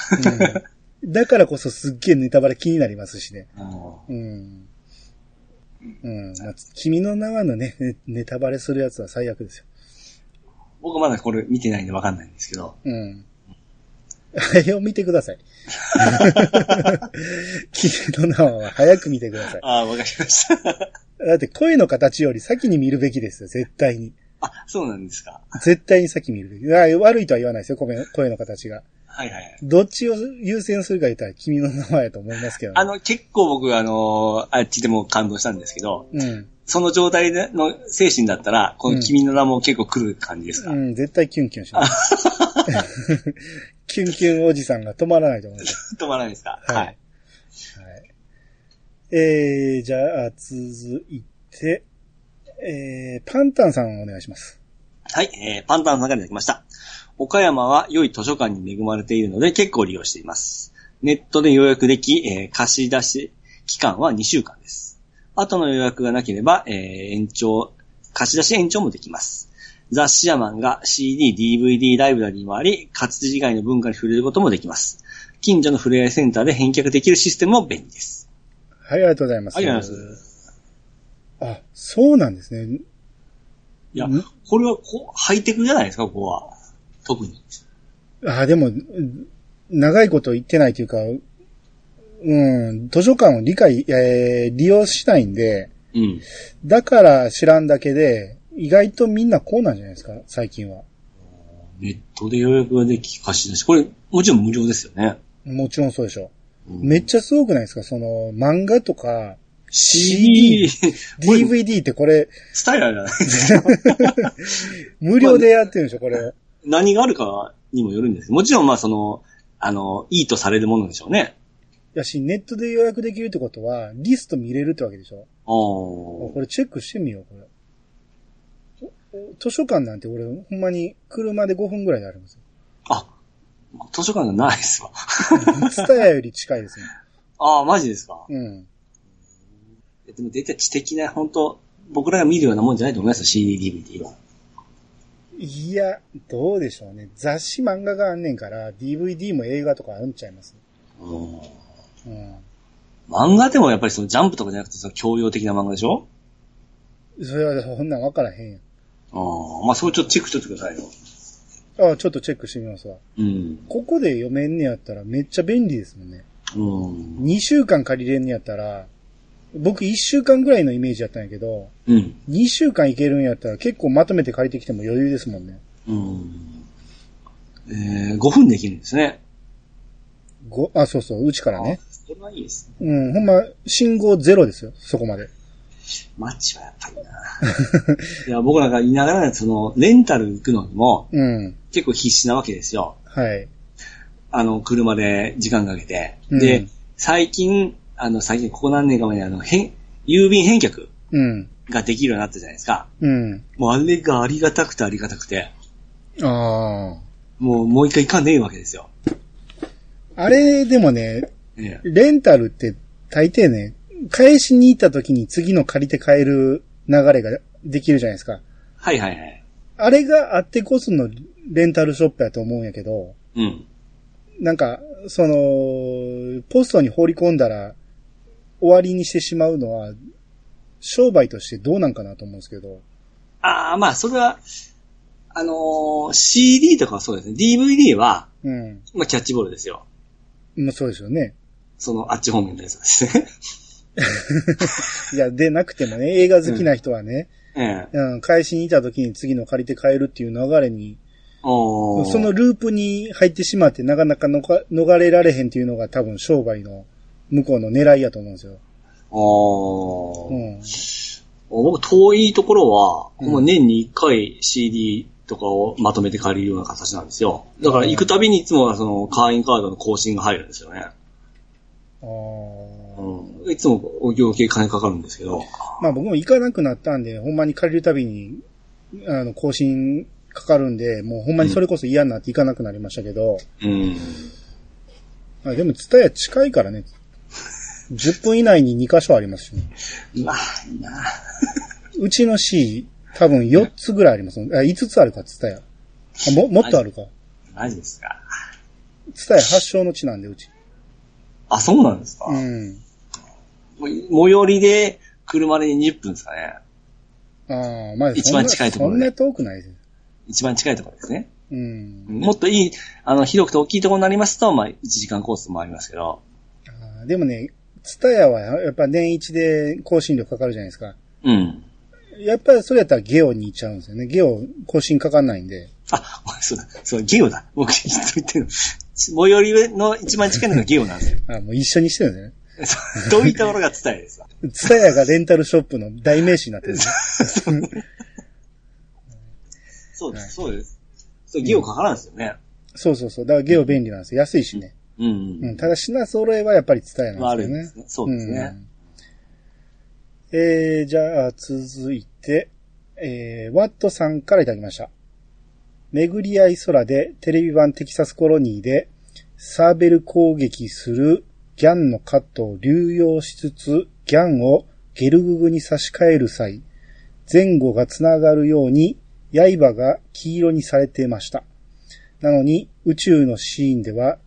だからこそすっげえネタバレ気になりますしね。あのうん。うん。まあ、君の名はのね、ねネタバレするやつは最悪ですよ。僕まだこれ見てないんでわかんないんですけど、うん。あれを見てください。 君の名は早く見てください。ああ、わかりました。 だって声の形より先に見るべきですよ、絶対に。あ、そうなんですか。絶対に先見るべき。あ悪いとは言わないですよ、声の声の形が。はいはい。どっちを優先するか言ったら君の名はやと思いますけど、ね。あ、の、結構僕、あの、あっちでも感動したんですけど、うん。その状態での精神だったら、この君の名も結構来る感じですか。うん、絶対キュンキュ ンします。キュンキュンおじさんが止まらないと思います。止まらないですか。はいはい。はい。えー、じゃあ、続いて、えー、パンタンさんお願いします。はい、えー、パンタンさんからいただきました。岡山は良い図書館に恵まれているので結構利用しています。ネットで予約でき、えー貸し出し期間は2週間です。後の予約がなければ、えー延長、貸し出し延長もできます。雑誌や漫画、CD、DVD ライブラリーもあり、活字以外の文化に触れることもできます。近所の触れ合いセンターで返却できるシステムも便利です。はい、ありがとうございます。ありがとうございます。あ、そうなんですね。いやん、これはこうハイテクじゃないですか、ここは。特に。あ、でも、うん長いこと言ってないというか、うん、図書館を理解、えー、利用しないんで、うん。だから知らんだけで、意外とみんなこうなんじゃないですか、最近は。ネットで予約ができ、貸し出し。これ、もちろん無料ですよね。もちろんそうでしょ。うんめっちゃすごくないですかその、漫画とか、 CD、これ DVD ってこれ、スタイルじゃない無料でやってるんでしょ、これ。 何があるかにもよるんですけどもちろん、まあ、その、あの、いいとされるものでしょうね。やし、ネットで予約できるってことは、リスト見れるってわけでしょ。おこーれチェックしてみよう、これ。お図書館なんて俺、ほんまに車で5分ぐらいでありますよ。あ、図書館がないですわ。ツタヤより近いですね。ああ、マジですか。うん。でも、絶対知的な、本当僕らが見るようなもんじゃないと思いますよ、CD、DVD は。いや、どうでしょうね。雑誌漫画があんねんから、DVD も映画とかあるんちゃいます。うんうん。漫画でもやっぱりそのジャンプとかじゃなくて、その教養的な漫画でしょそれは、そんなんわからへんやん。うん。まあ、それちょっとチェックしといてくださいよ。ああ、ちょっとチェックしてみますわ。うん。ここで読めんねやったらめっちゃ便利ですもんね。うん。 2週間借りれんねやったら、僕1週間ぐらいのイメージやったんやけど、うん。 2週間いけるんやったら結構まとめて借りてきても余裕ですもんね。うん。えー、5分できるんですね。ご、あ、そうそう、うちからね。それはいいですね。うん、ほんま、信号ゼロですよ、そこまで。マッチはやっぱりな。 いや、僕なんか言いながら、その、レンタル行くのにも、うん、結構必死なわけですよ。はい。あの、車で時間かけて。うんで、最近、あの、最近、ここ何年か前に、あの、返郵便返却うん、ができるようになったじゃないですか。うん。もう、あれがありがたくてありがたくて、あもう、もう一回行かねえわけですよ。あ。あれでもね、ええレンタルって大抵ね、返しに行った時に次の借りて買える流れができるじゃないですか。はいはいはい。あれがあってこそのレンタルショップやと思うんやけど、うん。なんか、その、ポストに放り込んだら終わりにしてしまうのは、商売としてどうなんかなと思うんですけど。ああ、まあ、それは、あのー CD とかはそうですね。DVD は、うん。まあ、キャッチボールですよ。まあそうですよね。その、あっち方面のやつですね。い や、でなくてもね、映画好きな人はね、ええ。うん、返しにいた時に次の借りて買えるっていう流れに、おーその、ループに入ってしまってなかなかのか逃れられへんっていうのが多分商売の向こうの狙いやと思うんですよ。おーうん。僕、遠いところは、うんもう年に1回 CD とかをまとめて借りるような形なんですよ。だから行くたびにいつもはその会員カードの更新が入るんですよね。あーうん、いつもお行計金かかるんですけど。まあ僕も行かなくなったんで、ほんまに借りるたびに、あの、更新かかるんで、もうほんまにそれこそ嫌になって行かなくなりましたけど、うん。あでも、ツタヤ近いからね、10分以内に2箇所ありますしね、まあ、いいな。うちの C、多分4つぐらいあります。あ、5つあるか、ツタヤ。あも、もっとあるか。マジですか。ツタヤ発祥の地なんで、うち。あ、そうなんですか。うん。もう最寄りで車で20分ですかね。ああ、まあ、一そんな番近いところそねんな遠くないです。一番近いところですね。うん。もっといい、あの、広くて大きいところになりますと、まあ、1時間コースもありますけど。あーでもね、ツタヤはやっぱ年一で更新料かかるじゃないですか。うん。やっぱりそれやったらゲオに行っちゃうんですよね。ゲオ更新かかんないんで。あ、 ごめんそうだ、そう、ゲオだ。僕、ずっと言ってるの。最寄りの一番近いのがゲオなん ですよ。あもう一緒にしてるんですそうどういうところが伝えですかよね。ツタヤがレンタルショップの代名詞になってる。そうです、そうです。そう、ゲオかからんですよね。そうそうそう。だからゲオ便利なんですよ。安いしね。うん。う。うんただ品揃えはやっぱりツタヤん。まあ、なあんでるすんよでねす。ね。そうですね。うん。えー、じゃあ続いて、えー、ワットさんからいただきました。巡り合い空でテレビ版テキサスコロニーでサーベル攻撃するギャンのカットを流用しつつギャンをゲルググに差し替える際、前後がつながるように刃が黄色にされていました。なのに宇宙のシーンでは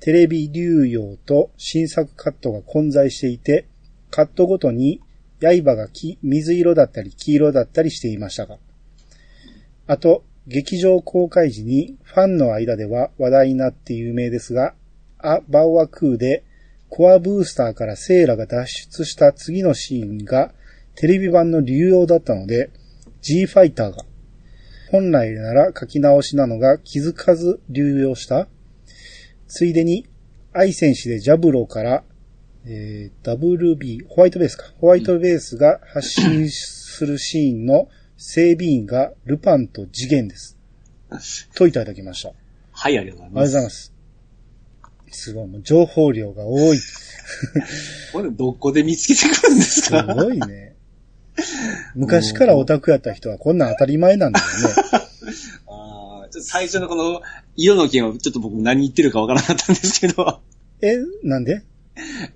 テレビ流用と新作カットが混在していて、カットごとに刃がき水色だったり黄色だったりしていましたが。あと、劇場公開時にファンの間では話題になって有名ですが、ア・バオアクーでコアブースターからセイラが脱出した次のシーンがテレビ版の流用だったので、G ファイターが本来なら書き直しなのが気づかず流用したついでに、愛選手でジャブローから、えー、WB、ホワイトベースか。ホワイトベースが発信するシーンの整備員がルパンと次元です。といただきました。あはい、ありがとうりがごとうざいまござす。います。すごい、もう情報量が多い。すこれ、どこで見つけてくるんですかごいね。昔からオタクやった人はこんなん当たり前なんだよね。あーちょっと最初のこの、色の件はちょっと僕何言ってるかわからなかったんですけど、 え、なんで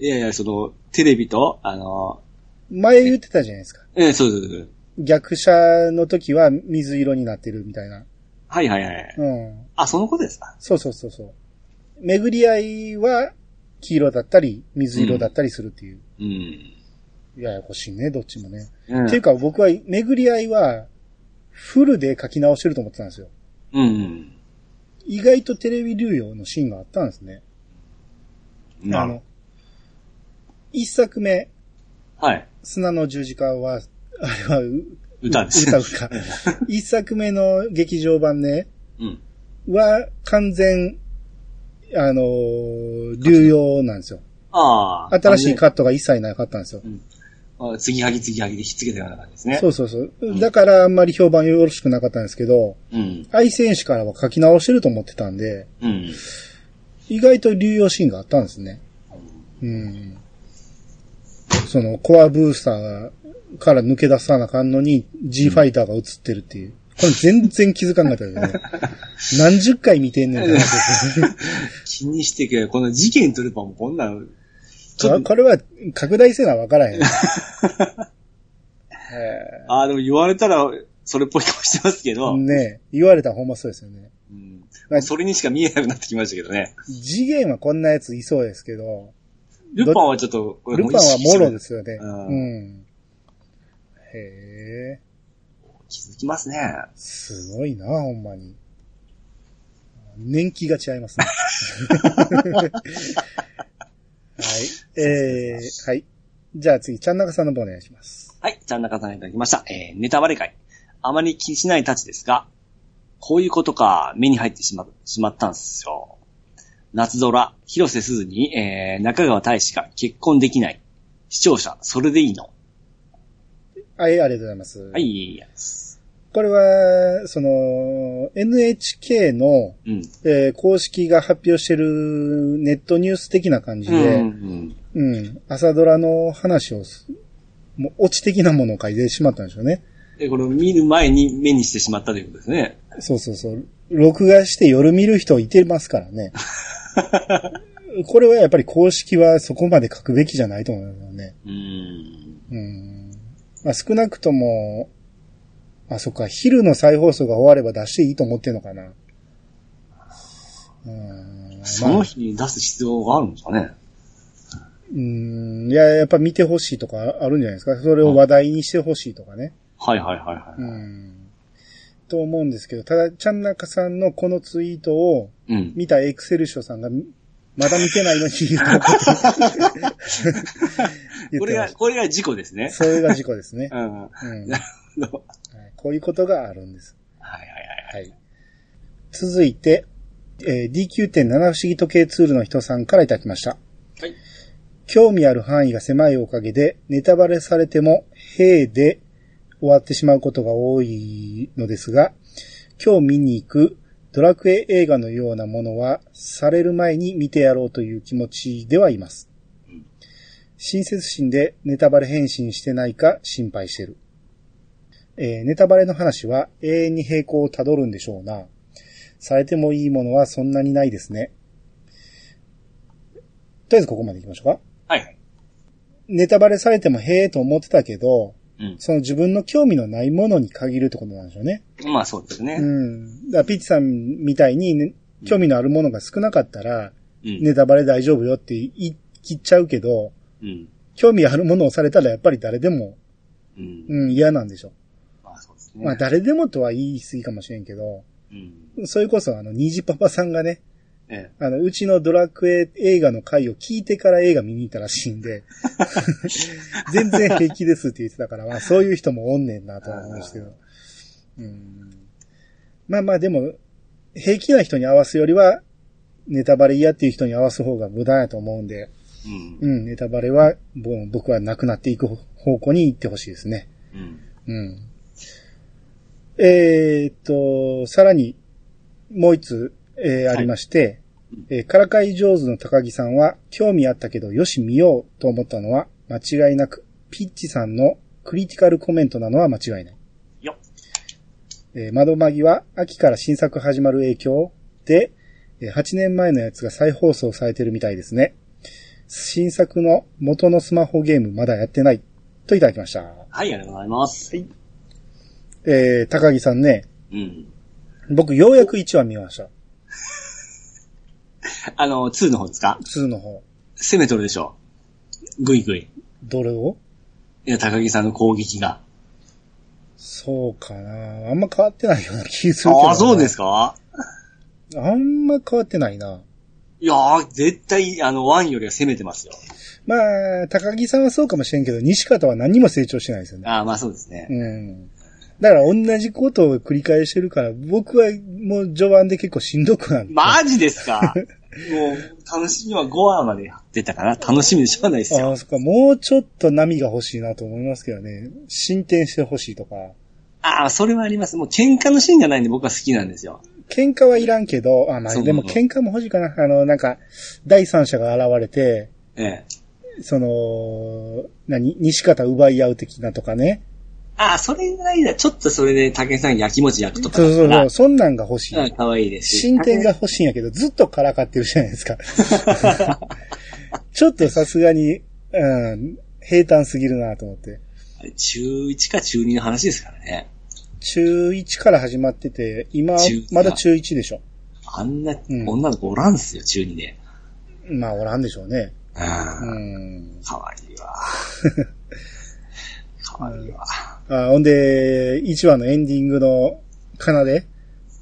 いやいや、その、テレビと、あの、前言ってたじゃないですか。えそうそうそう。逆車の時は水色になってるみたいな。はいはいはい。うん。あ、そのことですかそうそうそうそう。巡り合いは黄色だったり、水色だったりするっていう。うん。ややこしいね、どっちもね。うんっていうか僕は巡り合いはフルで書き直してると思ってたんですよ。うん。意外とテレビ流用のシーンがあったんですね。なあるの、一作目、はい。砂の十字架は、あれはう歌です。歌う か。一作目の劇場版ね、うん。は完全、あのー流用なんですよ。ああ。新しいか。カットが一切なかったんですよ。あ次はぎ次はぎでひっつけたような感じですね。。そううそうそうう。んだからあんまり評判よろしくなかったんですけど、うん。愛選手からは書き直してると思ってたんで、うん。意外と流用シーンがあったんですね。うん。その、コアブースターから抜け出さなあかんのに、G ファイターが映ってるっていう。これ全然気づかんかったですね。 何十回見てんねんって話ですよね気にしてけど、この事件とルパンもこんなの、 ちょっ、ことこれは拡大せなわ からへん。えああ、でも言われたら、それっぽい顔してますけど、ーねえ言われたらほんまそうですよね。うんまあそれにしか見えなくなってきましたけどね。次元はこんなやついそうですけど、ルパンはちょっと、こ。ルパンはモロですすよね。うんうん。へえ、気づきますね。すごいな、ほんまに。年季が違い ますね。はい。えー、はい。じゃあ次、ちゃんなかさんの方お願いします。はい、ちゃん中さんいただきました。えー、ネタバレ会。あまり気にしないたちですが、こういうことか、目に入ってしま、しまったんですよ。夏空、広瀬すずに、えー、中川大志が結婚できない。視聴者、それでいいの。はい、ありがとうございます。は。い、いやつ。これは、その、NHK の、うん。えー公式が発表してるネットニュース的な感じうんで、うん。うん。朝ドラの話をす、もう、オチ的なものを書いてしまったんでしょうね。で、これを見る前に目にしてしまったということですね。そうそうそう。録画して夜見る人いてますから ね。これはやっぱり公式はそこまで書くべきじゃないと思いますよね。うん。うん。まあ少なくとも、あ、そっか、昼の再放送が終われば出していいと思ってんのかな。うん。そまのあ、日に出す必要があるんですかね。うん。いや、やっぱ見てほしいとかあるんじゃないですか。それを話題にしてほしいとかね。はいはいはいはう。んと思うんですけど、ただ、ちゃんなかさんのこのツイートをうん。見たエクセルショさんが、まだ見てないのに言っ てことを言こっれてまが、した。これが事故ですね。それが事故 ですね。うん。はうんなるほどはいこういうことがあるんです。いはいはい。はい。続いて、えー D9.7 不思議時計ツールの人さんからいただきました。はい。興味ある範囲が狭いおかげで、ネタバレされても、へーで終わってしまうことが多いのですが、今日見に行くドラクエ映画のようなものは、される前に見てやろうという気持ちではいます。親切心でネタバレ返信してないか心配してる。えーネタバレの話は永遠に平行をたどるんでしょうな。されてもいいものはそんなにないですね。とりあえずここまで行きましょうか。はいはい。ネタバレされてもへえと思ってたけど、うん。その自分の興味のないものに限るってことなんでしょうね。まあそうですね。うん。だからピッチさんみたいにね、興味のあるものが少なかったら、うん。ネタバレ大丈夫よって言い切っちゃうけど、うん。興味あるものをされたらやっぱり誰でも、うん。うん、嫌なんでしょう。まあそうですね。まあ誰でもとは言い過ぎかもしれんけど、うん。それこそあの、虹パパさんがね、えあの、うちのドラクエ映画の回を聞いてから映画見に行ったらしいんで、全然平気ですって言ってたから、まあそういう人もおんねんなとは思うんですけど。うんまあまあでも、平気な人に合わすよりは、ネタバレ嫌っていう人に合わす方が無駄やと思うんで、え。うん。うん、ネタバレは、もう僕はなくなっていく方向に行ってほしいですね。うん。うん。えーっと、さらに、もう一つ、えーはいありまして、えーからかい上手の高木さんは、興味あったけど、よし見ようと思ったのは、間違いなく、ピッチさんのクリティカルコメントなのは間違いない。よっ。えー窓まぎは、秋から新作始まる影響で、えー8年前のやつが再放送されてるみたいですね。新作の元のスマホゲームまだやってない、といただきました。はい、ありがとうございます。えー高木さんね、うん。僕、ようやく1話見ました。あの、2の方ですか2の方。攻めとるでしょ。ぐいぐい。どれをいや、高木さんの攻撃が。そうかな。あんま変わってないような気するけど。ああ、そうですかか。あんま変わってないな。いやー、絶対、あの、1よりは攻めてますよ。まあ、高木さんはそうかもしれんけど、西方は何も成長してないですよね。ああ、まあそうですね。うん。だから同じことを繰り返してるから、僕はもう序盤で結構しんどくなる。マジです かもう、楽しみは5話までやってたから、楽しみでしょうがないですよ。ああ、そっか。もうちょっと波が欲しいなと思いますけどね。進展してほしいとか。ああ、それはあります。もう喧嘩のシーンがないんで僕は好きなんですよ。喧嘩はいらんけど、あ、まあそうでも喧嘩も欲しいかな。あの、なんか、第三者が現れて、ええ。その、何西方奪い合う的なとかね。ああ、それぐらいだ。ちょっとそれで竹さん焼きもち焼くとかそうだそかうら。そう、そんなんが欲しうんい。可愛いです。進展が。欲しいんやけど、ずっとからかってるじゃないですか。 ちょっとさすがに、うん、平坦すぎるなと思って。中1か中2の話ですからね。中1から始まってて、今中、まだ中1でしょ。あんなうん女の子おらんすよ、中2で。まあ、おらんでしょうね。うああ、ん。可愛い わ。可愛いわ。あ、ほんで、1話のエンディングの奏で、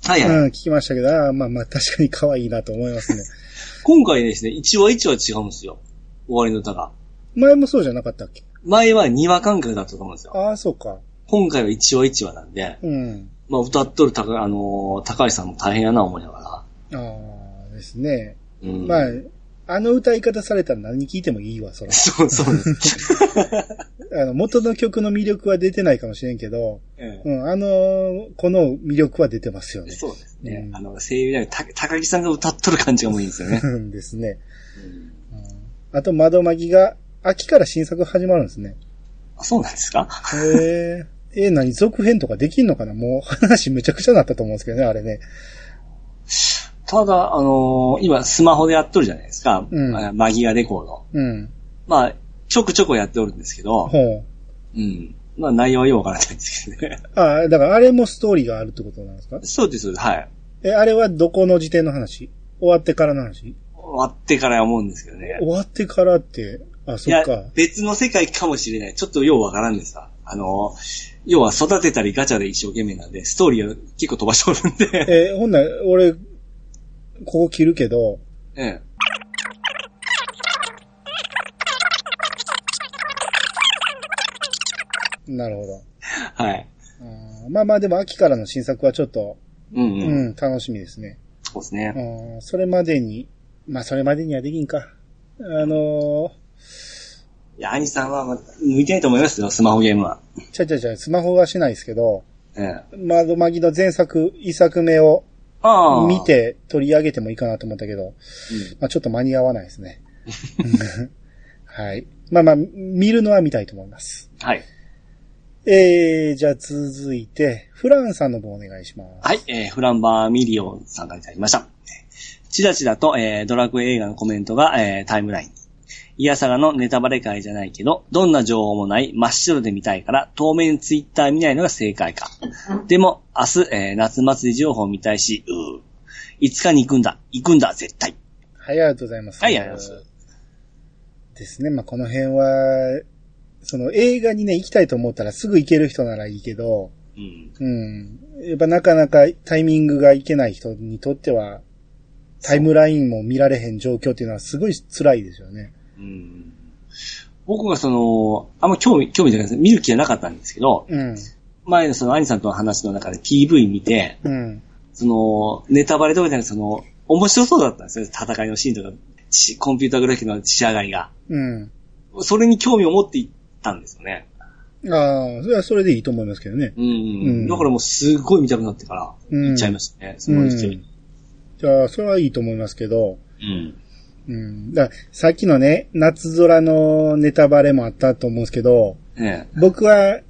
はいはい。うん、聞きましたけど、あーまあまあ、確かに可愛いなと思いますね。 今回ですね、1話1話違うんですよ。終わりの歌が。前もそうじゃなかったっけ前は2話感覚だったと思うんですよ。ああ、そうか。今回は1話1話なんで、うん。まあ、歌っとる高、あのー高橋さんも大変やな思いながああ、ですね。ら。うん、。まあ、あの歌い方されたら何聞いてもいいわ、そら そう、そうです。 あの、元の曲の魅力は出てないかもしれんけど、えうん、あのーこの魅力は出てますよえね。そうですね。うんあの、声優であるた高木さんが歌っとる感じがもういいんですよね。うん ですね。うんあと、窓まぎが、秋から新作始まるんですね。あそうなんですかへえ。えー、何続編とかできんのかなもう話めちゃくちゃなったと思うんですけどね、あれね。ただ、あのー今スマホでやっとるじゃないですか。うんあマギアレコード。うん。まあ、ちょくちょくやっておるんですけど、ほう。うん。まあ内容はよくわからないんですけどね。 ああ、だからあれもストーリーがあるってことなんですかそうです、はい。え、あれはどこの時点の話終わってからの話終わってから思うんですけどね。終わってからって、あ、いそやっか。、別の世界かもしれない。ちょっとようわからんですわ。あの、要は育てたりガチャで一生懸命なんで、ストーリーを結構飛ばしておるんで。 えーほんなら、俺、ここ切るけど、えなるほど。え、はい。あーまあまあでも秋からの新作はちょっと、うんううん。ん、楽しみですね。そうですね。あーそれまでに、まあそれまでにはできんか。あのいや、兄さんは、まあ、向いてないと思いますよ、スマホゲームは。ー、ちゃちゃちゃ、スマホはしないですけど、ええ。窓マギの前作、一作目をああ。見。て取り上げてもいいかなと思ったけど、まあちょっと間に合わないですね。 はい。まあまあ、見るのは見たいと思います。うん。はい。えー、じゃあ続いて、フランさんの方お願いします。はい、えーフランバーミリオンさんからいただきました。チラチラと、えードラクエ映画のコメントが、えータイムラインに。イヤサガのネタバレ会じゃないけど、どんな情報もない真っ白で見たいから、当面ツイッター見ないのが正解か。でも、明日、えー夏祭り情報見たいし、うー。5日に行くんだ。行くんだ、絶対。はい、ありがとうございます。はい、ありがとうございます。ですね。まあ、この辺は、その映画にね、行きたいと思ったらすぐ行ける人ならいいけど、うん。うん。やっぱなかなかタイミングが行けない人にとっては、タイムラインも見られへん状況っていうのはすごい辛いですよね。うん僕がその、あんま興味、興味じゃないです。見る気はなかったんですけど、うん。前のその兄さんとの話の中で PV 見て、うん。その、ネタバレとかじゃなくて、その、面白そうだったんですよ。戦いのシーンとか、しコンピュータグラフィックの仕上がりが。うん。それに興味を持っていったんですよね。ああ、それはそれでいいと思いますけどね。うん、うんだからもうすごい見たくなってから、うん行っちゃいましたね。その勢うんい。じゃあ、それはいいと思いますけど、うん。うん。だからさっきのね、夏空のネタバレもあったと思うんですけど、え僕は、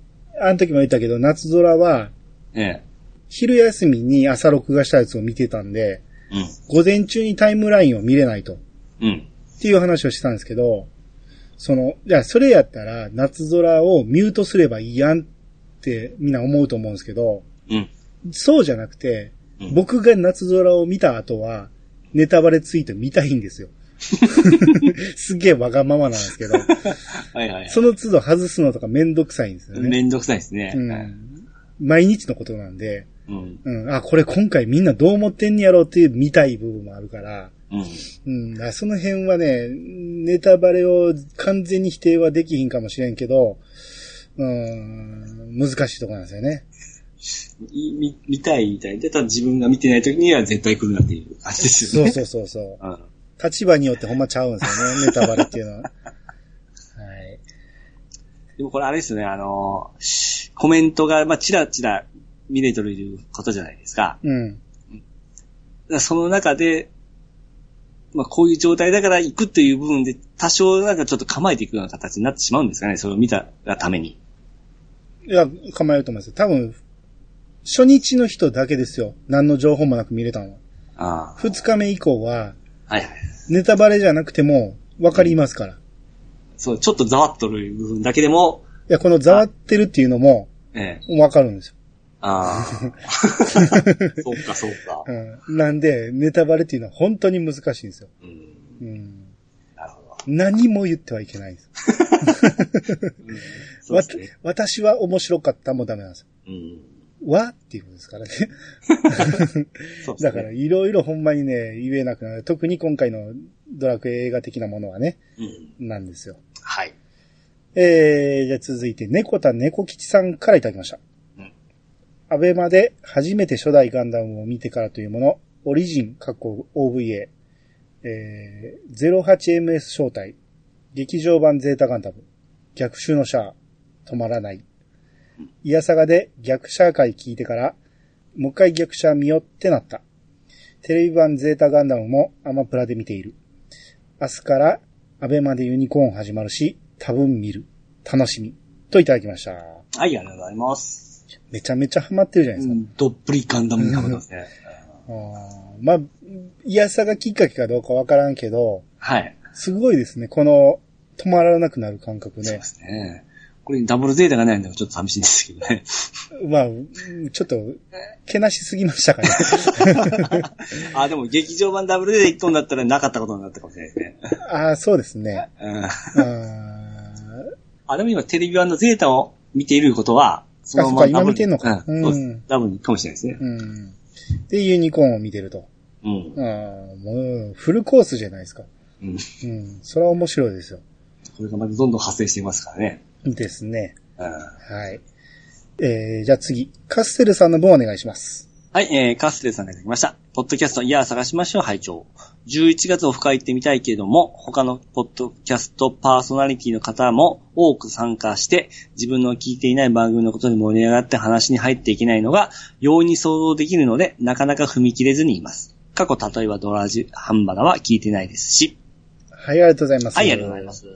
あの時も言ったけど、夏空は、え。え昼休みに朝録画したやつを見てたんで、え。午前中にタイムラインを見れないと。うん。うん。っていう話をしたんですけど、その、じゃあそれやったら夏空をミュートすればいいやんってみんな思うと思うんですけど、うん。そうじゃなくて、うん僕が夏空を見た後は、ネタバレツイート見たいん ですよ。すげえわがままなんですけど、はいはいはい。その都度外すのとかめんどくさいんですよね。めんどくさいですね。うん、毎日のことなんで、うん。うん、あ、これ今回みんなどう思ってんやろうっていう見たい部分もあるから、うん。うん、だからその辺はね、ネタバレを完全に否定はできひんかもしれんけど、うん、難しいところなんですよね。い見見たいみたいで、ただ自分が見てない時には絶対来るなっていう感じですそようね。そうそうそう。 う。ん。立場によってほんまちゃうんですよね、ネタバレっていうのは。はい。でもこれあれですよね、あのーコメントが、まあ、ちらちら見れてるいうことじゃないですか。うん。だからその中で、まあ、こういう状態だから行くという部分で、多少なんかちょっと構えていくような形になってしまうんですかね、それを見たがために。いや、構えると思いますよ。多分、初日の人だけですよ。何の情報もなく見れたのは。あ二日目以降は、あ。はいはい。ネタバレじゃなくても、わかりますから。いそう、ちょっとざわっとる部分だけでも、や、このざわってるっていうのも、ええ。わかるんですよ。あ あ。そうか、そうか。うん。なんで、ネタバレっていうのは本当に難しいんですよ。うん。うん。なるほど。何も言ってはいけないんです。うん、そうですね。わた私は面白かったもダメなんですよ。うん。はっていうことですからね。そうですだねから、いろいろほんまにね、言えなくなる。特に今回のドラクエ映画的なものはね、うん。なんですよ。はい。えー、じゃあ続いて、猫田猫吉さんからいただきましたうん。アベマで初めて初代ガンダムを見てからというもの、オリジン、かっこ OVA、えー、08MS 招待、劇場版ゼータガンダム、逆襲のシャア、止まらない。イヤサガで逆シャア回聞いてから、もう一回逆シャア見よってなった。テレビ版ゼータガンダムもアマプラで見ている。明日からアベマでユニコーン始まるし、多分見る。楽しみ。といただきました。はい、ありがとうございます。めちゃめちゃハマってるじゃないうですん、どっぷりガンダムにハマってますね。うんか。あーまあ、いやさがきっかけかどうかわからんけど、はい。すごいですね。この、止まらなくなる感覚そうねで。すね。これダブルゼータがないんでちょっと寂しいんですけどね。まあ、うんちょっと、けなしすぎました かね。 あ、でも劇場版ダブルゼータ1本だったらなかったことになったかもしれないですね。ああ、そうですね。うん。あーあ、でも今テレビ版のゼータを見ていることは、そあそっか今見てんのかうんうんそうですダブルかもしれないですね。うん、で、ユニコーンを見てると。うんあ。ーもう、フルコースじゃないですか。うん。うん、それは面白いですよ。これがまたどんどん発生していますからね。ですね。うん。はい。えー、じゃあ次、カッセルさんの分お願いします。はい、えー、カステルさんがいただきました。ポッドキャスト、いやー探しましょう、拝聴。11月オフ会行ってみたいけれども、他のポッドキャストパーソナリティの方も多く参加して、自分の聞いていない番組のことに盛り上がって話に入っていけないのが、容易に想像できるので、なかなか踏み切れずにいます。過去、例えばドラジ、ハンバナは聞いてないですし。はい、ありがとうございます。はい、ありがとうございます。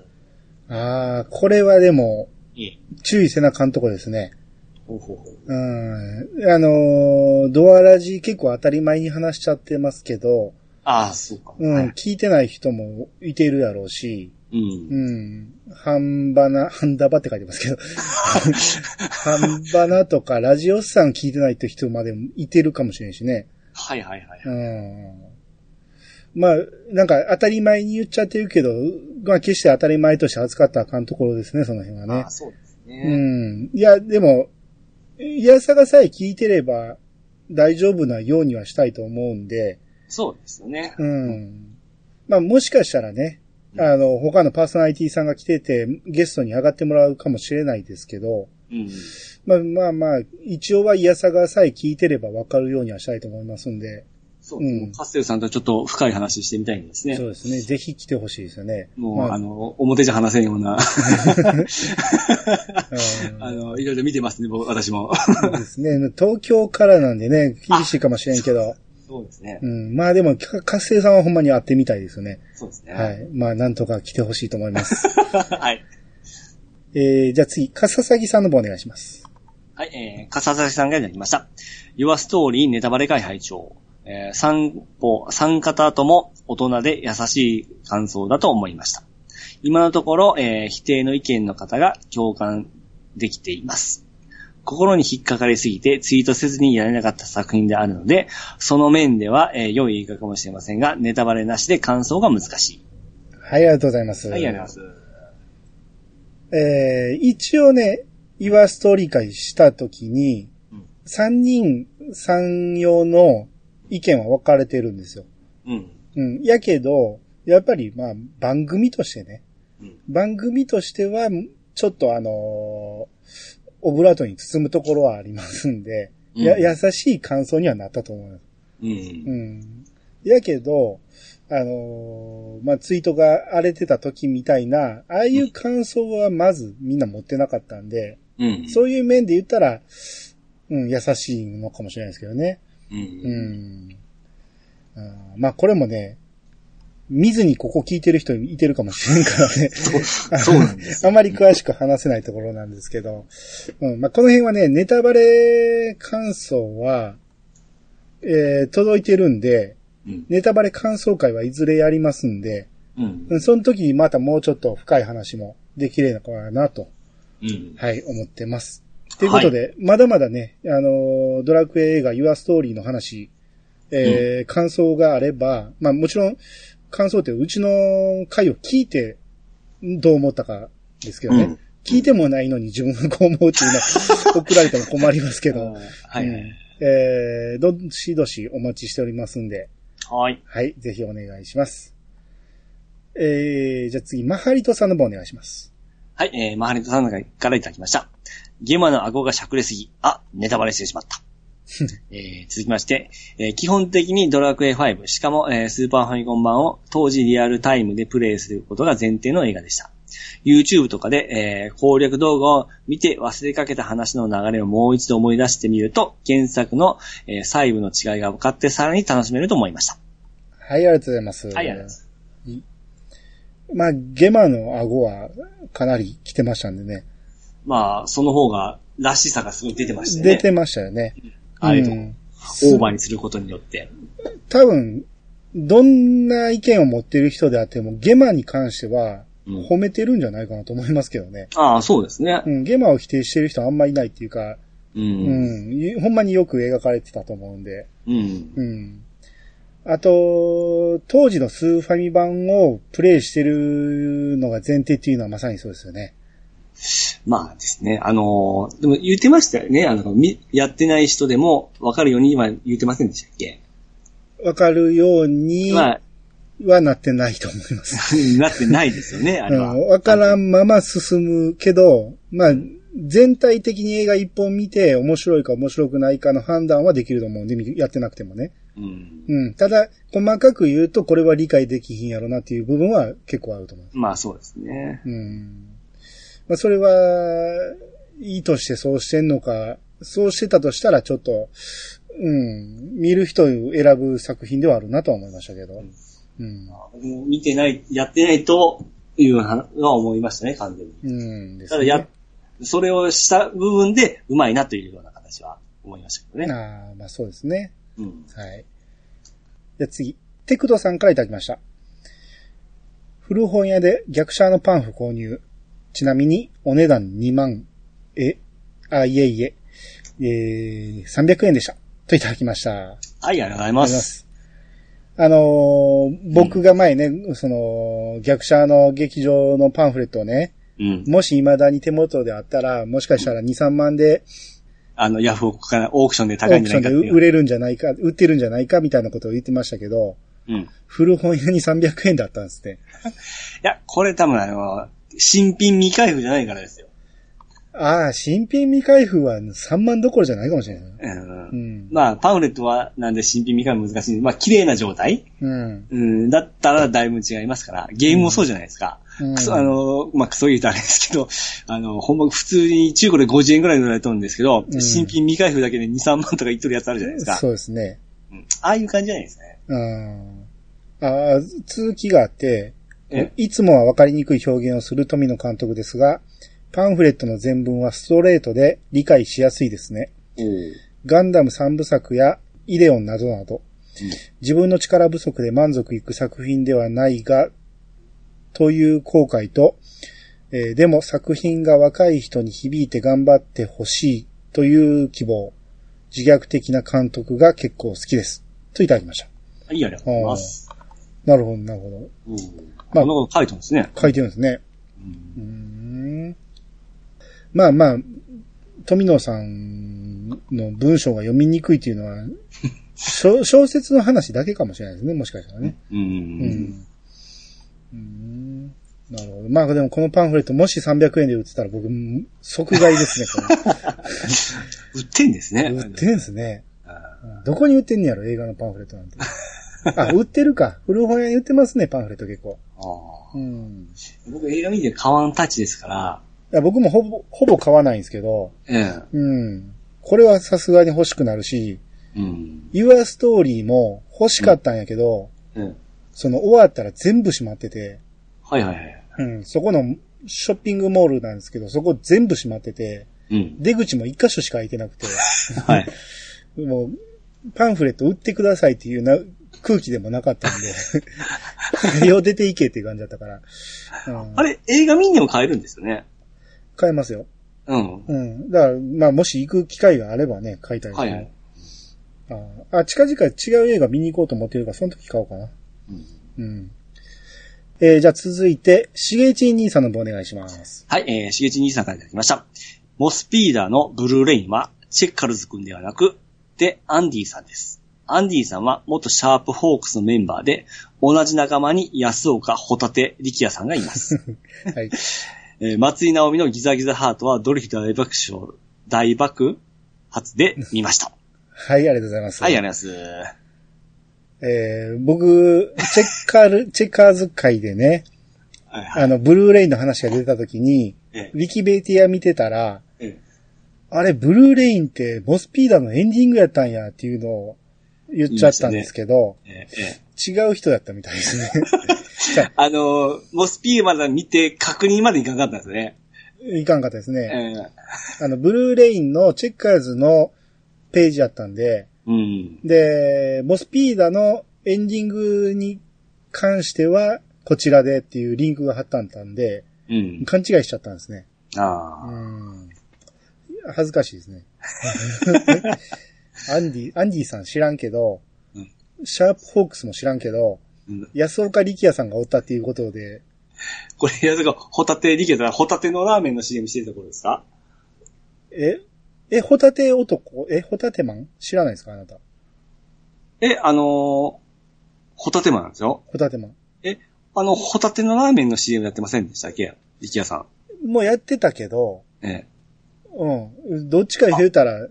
あー、これはでも、いえ。注意せなあかんとこですね。ほうほうほう。うん。あのードアラジ結構当たり前に話しちゃってますけど、ああ、そうか。うん、はい聞いてない人もいているだろうし、うん。うん、半ばな、 半ダバって書いてます けど、半ばなとか、ラジオスさん聞いてないって人までもいてるかもしれんしね。はいはいはい。うんまあ、なんか当たり前に言っちゃってるけど、まあ決して当たり前として扱ったらあかんところですね、その辺はねああ、。そうですうね。ん。いや、でも、いやさがさえ聞いてれば大丈夫なようにはしたいと思うんで、そうですよね。うん。まあもしかしたらね、うんあの、他のパーソナリティさんが来てて、ゲストに上がってもらうかもしれないですけど、うん。まあまあまあ、一応はいやさがさえ聞いてればわかるようにはしたいと思いますんで、そうう、んカステルさんとちょっと深い話してみたいんですねそ。うですね、ぜひ来てほしいですよね。もう、まあ、の、表じゃ話せんよう な、うんあの、いろいろ見てますね、僕、私も。ですね。東京からなんでね、厳しいかもしれんけど。そうですねう。ん。まあでも、か活性さんはほんまに会ってみたいですよね。そうですね。は。い。まあ、なんとか来てほしいと思います。 はい。えー、じゃあ次、かささぎさんの方お願いします。はい、えー、笠崎さんがいただきました。Your Story ネタバレ会拝聴。えー、三歩、三方とも大人で優しい感想だと思いました。今のところ、えー、否定の意見の方が共感できています。心に引っかかりすぎてツイートせずにやれなかった作品であるので、その面では、えー良い映画かもしれませんが、ネタバレなしで感想が難しはい、ありがとうございます。い。はい、ありがとうございます。えー、一応ね、岩ストーリー会した時にうん、 3人、3用の意見は分かれてるんですよ。うん。うん。やけど、やっぱり、まあ、番組としてね、うん番組としては、ちょっとあのーオブラートに包むところはありますんで、や、うん優しい感想にはなったと思います。う。うんん。やけど、あのーまあ、ツイートが荒れてた時みたいな、ああいう感想はまずみんな持ってなかったんで、うん。そういう面で言ったら、うん、優しいのかもしれないですけどね。うん。う。ん。あーまあ、これもね、見ずにここ聞いてる人いてるかもしれんからね。そうなんですあ。まり詳しく話せないところなんですけど、うん、まあ、この辺はね、ネタバレ感想は、えー、届いてるんで、うん。ネタバレ感想会はいずれやりますんで、うんう。んその時にまたもうちょっと深い話もできればなと、うん。はい、思ってます。ということで、まだまだね、あのードラクエ映画 Your Story の話、えー感想があれば、まあもちろん、感想ってうちの回を聞いて、どう思ったかですけどね。うん聞いてもないのに自分がこう思うっていうの は送られても困りますけど、はいはい。えー、どしどしお待ちしておりますんで、はい。はい、ぜひお願いします。えー、じゃあ次、マハリトさんの方お願いします。はい、えー、マハリトさんからいただきました。ゲマの顎がしゃくれすぎ。あ、ネタバレしてし まった。えー続きまして、えー基本的にドラクエ5、しかも、えースーパーファミコン版を当時リアルタイムでプレイすることが前提の映画でした。YouTube とかで、えー攻略動画を見て忘れかけた話の流れをもう一度思い出してみると、原作の、えー細部の違いが分かってさらに楽しめると思いました。はい、ありがとうございます。はい、ありがとうございます。まあ、ゲマの顎はかなり来てましたんでね。まあ、その方が、らしさがすごい出てましたよね。出てましたよね。あれと、うんオーバーにすることによって。多分、どんな意見を持ってる人であっても、ゲマに関しては、うん褒めてるんじゃないかなと思いますけどね。ああ、そうですねう。ん、ゲマを否定してる人あんまいないっていうか、うう。んん、ほんまによく描かれてたと思うんで。うん。うん。あと、当時のスーファミ版をプレイしてるのが前提っていうのはまさにそうですよね。まあですね。あのー、でも言ってましたよね。あの、みやってない人でもわかるように今言ってませんでしたっけわかるようにまあ、はなってないと思います。なってないですよ ね、あうれは。ん、わからんまま進むけど、まあ、全体的に映画一本見て面白いか面白くないかの判断はできると思うんで、みやってなくてもね。うん。うん。ただ、細かく言うとこれは理解できひんやろなっていう部分は結構あると思う。まあそうですね。うん。まあ、それは、いいとしてそうしてんのか、そうしてたとしたらちょっと、うん、見る人を選ぶ作品ではあるなとは思いましたけど。うん。もう見てない、やってないというはは思いましたね、完全に。うんですただね。や、それをした部分でうまいなというような形は思いましたけどね。ああ、まあそうですね。うん。はい。じゃあ次、テクトさんからいただきました。古本屋で逆シャーのパンフ購入。ちなみに、お値段2万、え、あ、いえいえ、えー、300円でした。といただきました。はい、ありがとうございます。あのー僕が前ね、その、逆シャーの劇場のパンフレットをね、うん。もし未だに手元であったら、もしかしたら2、3万であの、ヤフオクからオークションでオ高いーんクじショゃンなでいかっていう。売れるんじゃないか、売ってるんじゃないかみたいなことを言ってましたけど、うん。い古本屋に300円だったんですね。や、これ多分あの、新品未開封じゃないからですよ。ああ、新品未開封は3万どころじゃないかもしれない。うんう。ん。まあ、パンフレットは、なんで新品未開封難しい。まあ、綺麗な状態うん。うん。だったらだいぶ違いますから、ゲームもそうじゃないですか。うんクソ、あの、まあ、クソ言うとあれですけど、あの、ほんま普通に中古で50円くらいで売られとるんですけど、うん新品未開封だけで2、3万とか言っとるやつあるじゃないですか。そうですね。うんああいう感じじゃないですかね。うん。ああ、続きがあって、えいつもは分かりにくい表現をする富野監督ですが、パンフレットの全文はストレートで理解しやすいですね。ガンダム3部作やイデオンなどなど、自分の力不足で満足いく作品ではないが、という後悔と、えーでも作品が若い人に響いて頑張ってほしいという希望、自虐的な監督が結構好きです。といただきました。うん。いいありがとうございます。なるほど、なるほど。うん。ままああ、こんなこと書いてますね。書いてるんですね。うーん。まあまあ、富野さんの文章が読みにくいっていう のは、小小説の話だけかもしれないですね、もしかしたらね。うん。うん、うーんなるほど。まあでもこのパンフレットもし300円で売ってたら僕、即買いですね、 こ売ってんですね。れ。売ってんすね。あどこに売ってんねやろ、映画のパンフレット なんて。あ、売ってるか。古本屋に売ってますね、パンフレット結構。あうん。僕映画見て買わんたちですから、いや僕もほぼ、ほぼ買わないんですけど、えうん。これはさすがに欲しくなるし、え。うん。 Your Story も欲しかったんやけど、うん。その終わったら全部閉まってて、はいはいはい。うん、そこのショッピングモールなんですけど、そこ全部閉まってて、うん。出口も一箇所しか開いてなくて、はい。もう、パンフレット売ってくださいっていうな空気でもなかったんで、 あれを出ていけっていう感じだったから、うん あれ、映画見にも買えるんですよね。買えますよ。うん。うん。だから、まあ、もし行く機会があればね、買いたいですはいね。はい。あーあ、近々違う映画見に行こうと思ってるから、その時買おうかな。ううんん。えー、じゃあ続いて、しげち兄さんの方お願いし ます。はい、えー、しげち兄さんからいただきました。モスピーダーのブルーレインは、チェッカルズ君ではなく、で、アンディさんです。アンディさんは元シャープホークスのメンバーで、同じ仲間に安岡、ホタテ、力也さんがい ます。はい。えー松井直美のギザギザハートはドリフ大爆笑、大爆発で見ました。はい、ありがとうございます。はい、ありがとうございます。えー、僕、チェッカール、 チェッカーズ会でね、はいはいあの、ブルーレイの話が出た時に、えウィキベイティア見てたら、ええあれ、ブルーレインって、ボスピーダーのエンディングやったんやっていうのを言っちゃったんですけど、ええ違う人だったみたいですね。 えあのー、モスピーまで見て確認までいかんかったんですね。いかんかったですえね。えあの、ブルーレインのチェッカーズのページやったんで、うん。で、ボスピーダのエンディングに関しては、こちらでっていうリンクが貼ったんだんで、うん。勘違いしちゃったんですね。あうあ。ん。恥ずかしいですね。 アンディ、アンディさん知らんけどうん、シャープホークスも知らんけど、うん安岡力也さんがおったっていうことで、これ、やつが、ホタテ、リケたら、ホタテのラーメンの CM してるところですかえ、え、ホタテ男え、ホタテマン知らないですかあなた。え、あのー、ホタテマンなんですよ。ホタテマン。あの、ホタテのラーメンの CM やってませんでしたっけリキヤさもうやってたけど、ん。えうん。どっちか言うたら、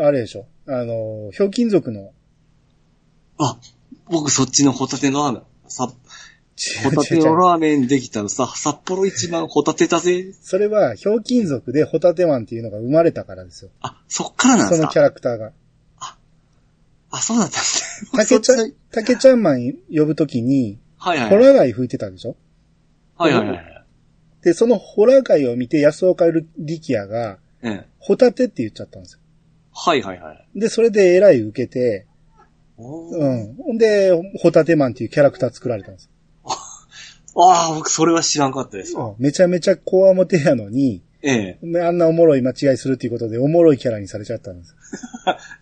あれでしょ。あの、ひょうきん族の、あ、僕そっちのホタテのラーメン。さ、違 ホうタテ違う違のうラーメンできたらさ、札幌一番ホタテだぜ。それは、ひょうきん族でホタテマンっていうのが生まれたからですよ。あ、そっからなんそですのかキャラクターが。あ、そうだったんです ね。たけちゃ そっん、たけちゃんマン呼ぶときに、はいはいホ。ラー街吹いてたでしょはいはいはい。で、そのホラー街を見て安岡力也が、ええホタテって言っちゃったんですよ。はいはいはい。で、それでえらい受けて、おーうん。ほんで、ホタテマンっていうキャラクター作られたんですああ、僕それは知らんかったです。よ。めちゃめちゃコアモテやのに、ええあんなおもろい間違いするっていうことで、おもろいキャラにされちゃったんですよ。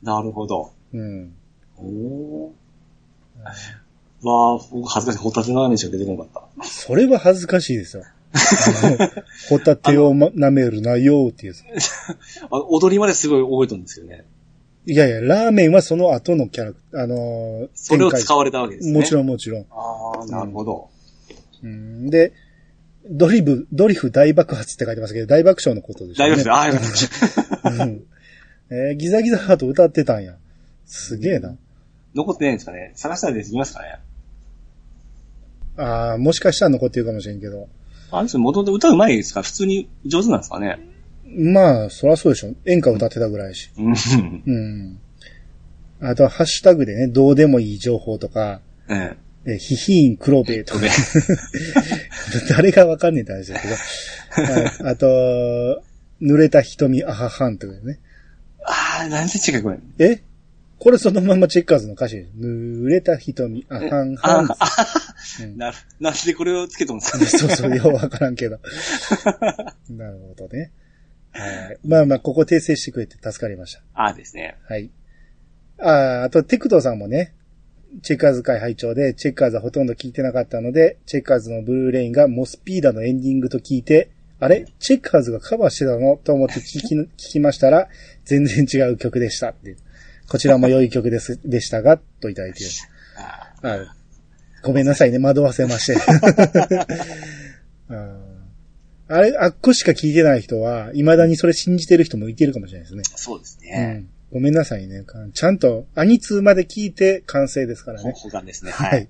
なるほど。うん。おー。わあ、僕恥ずかしい。ホタテのラーメンしか出てこなかっそれは恥ずかしいですよ。あのホタテをま舐めるなよーっていう。た。あの踊りまですごい覚えたんですけどね。いやいや、ラーメンはその後のキャラクター、あのーそれを展使開われたわけですね。もちん。ろんもちろん。ああ、なるほど。うんで、ドリブ、ドリフ大爆発って書いてますけど、大爆笑のことでしょ、大ね。丈夫です。ああ、よかった。 うんえーギザギザハート歌ってたんや。すげえな。残ってないんですかね探したら出てきますかねああ、もしかしたら残ってるかもしれんけど。あの人もともと歌うまいですから、普通に上手なんですかねまあ、そらそうでしょ。演歌歌ってたぐらいやし。うん。うん。あとは、ハッシュタグでね、どうでもいい情報とか、ええ。えーヒヒーン黒ベととか、で、誰がわかんねえって話だけど。ああと、濡れた瞳アハハンとかね。ああ、なんで違うこれ。えこれそのままチェッカーズの歌詞。濡れた瞳、あ、はんはん。ああ、うん な、なんでこれをつけとんですかねそうそう、ようわからんけど。なるほどね。はい。まあまあ、ここ訂正してくれて助かりましああですね。た。はい。ああ、あと、テクトさんもね、チェッカーズ会拝聴で、チェッカーズはほとんど聞いてなかったので、チェッカーズのブルーレインがモスピーダのエンディングと聞いて、あれチェッカーズがカバーしてたのと思って聞き、聞きましたら、全然違う曲でしたっていう。こちらも良い曲です、でしたが、といただいている。あはい。ごめんなさいね、惑わせまして。 うんあれ、あっこしか聞いてない人は、未だにそれ信じてる人もいてるかもしれないですね。そうですうね。んごめんなさいね。かちゃんと、アニツーまで聞いて完成ですからほね。保管ですね。ははいい。。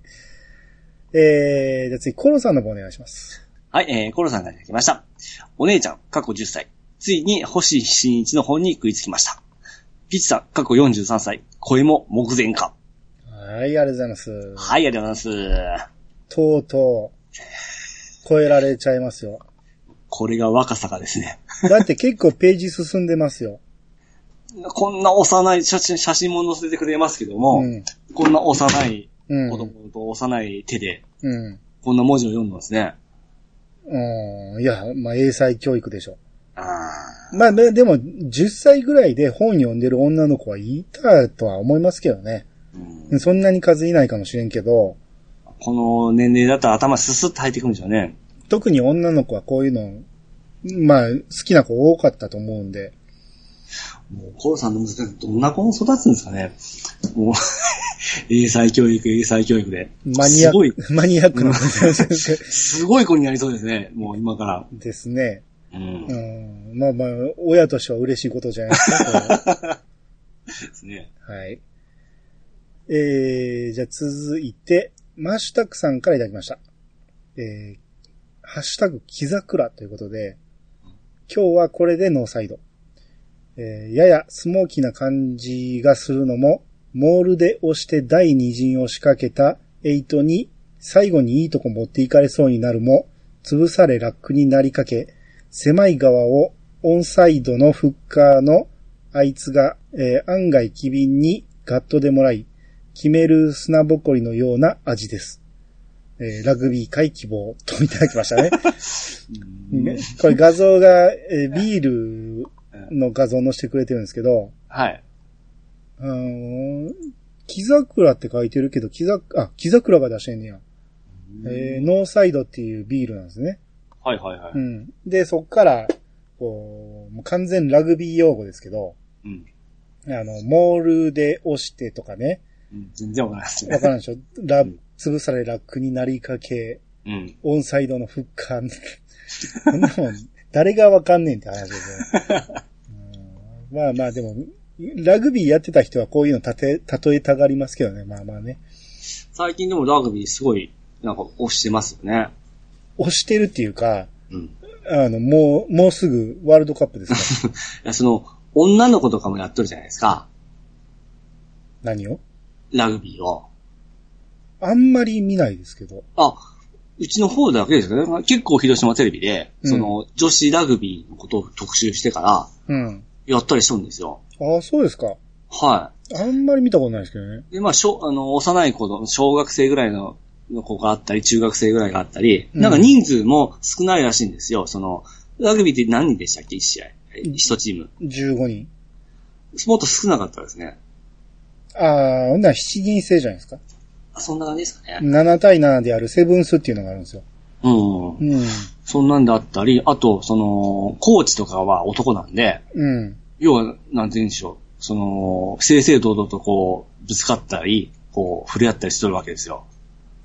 えー、じゃあ次、コロさんの方お願いします。はい、えー、コロさんがいただきました。お姉ちゃん、過去10歳。ついに星新一の本に食いつきました。ピッチさん、過去43歳。声も目前か。はい、ありがとうございます。はい、ありがとうございます。とうとう、超えられちゃいますよ。これが若さがですね。だって結構ページ進んでますよ。こんな幼い写真、写真も載せてくれますけども、うん。こんな幼いうん子。供と幼い手で、うん。こんな文字を読んでますね。うん。いや、まあ、英才教育でしょ。あまあ、ででも、10歳ぐらいで本読んでる女の子はいたとは思いますけどね。ーうんそんなに数いないかもしれんけど、この年齢だったら頭ススッと入ってくるんでしょうね。特に女の子はこういうの、まあ、好きな子多かったと思うんで。もう、コロさんの娘、どんな子も育つんですかね。もう、 英才教育、英才教育で。マニアッすごい、ク、 マニアックな話ですすごい子になりそうですね。もう今から。です ね。うん。うでん、まあまあ、親としては嬉しいことじゃないですか。これすね。はい。えー、じゃあ続いて、マッシュタクさんからいただきました。えー、ハッシュタグ、木桜ということで、今日はこれでノーサイド。えー、ややスモーキーな感じがするのも、モールで押して第二陣を仕掛けた8に、最後にいいとこ持っていかれそうになるも、潰されラックになりかけ、狭い側をオンサイドのフッカーのあいつが、えー案外機敏にガットでもらい、決める砂ぼこりのような味です。えーラグビー界希望といただきました ね。ねこれ画像が、えービールの画像を載せてくれてるんですけど、はい。うーん、木桜って書いてるけど、木桜、あ、木桜が出してんねや。えーノーサイドっていうビールなんですね。。はいはいはいうん。で、そっから、こう、もう完全ラグビー用語ですけど、うん。あの、モールで押してとかね。うん全然わからないですわね。からんでしょラうん、潰されラックになりかけ、うん。オンサイドのフッカー。こんなもん、誰がわかんねえって話ですよ。うんまあまあでも、ラグビーやってた人はこういうのたて、例えたがりますけどね。まあまあね。最近でもラグビーすごい、なんか推してますよね。押してるっていうか、うん。いあの、もう、もうすぐワールドカップですから。や、その、女の子とかもやっとるじゃないですか。何をラグビーを。あんまり見ないですけど。あ、うちの方だけですよね。結構広島テレビで、うんその、女子ラグビーのことを特集してから、うん。やったりしとるんですよ。ああ、そうですか。はあんまり見たことないですけどね。い。で、まあ、小、あの、幼い子の、小学生ぐらいの、の子があったり、中学生ぐらいがあったり、うんなんか人数も少ないらしいんですよ。その、ラグビーって何人でしたっけ一試合。一チーム。 15人。もっと少なかったですね。ああ、ほんなら七人制じゃないですか。あそんな感じですかね。 7対7であるセブンスっていうのがあるんですよ。うん。うん。そんなんであったり、あと、その、コーチとかは男なんで、うん。要は、なんて言うんでしょう。その、正々堂々とこう、ぶつかったり、こう、触れ合ったりしとるわけですよ。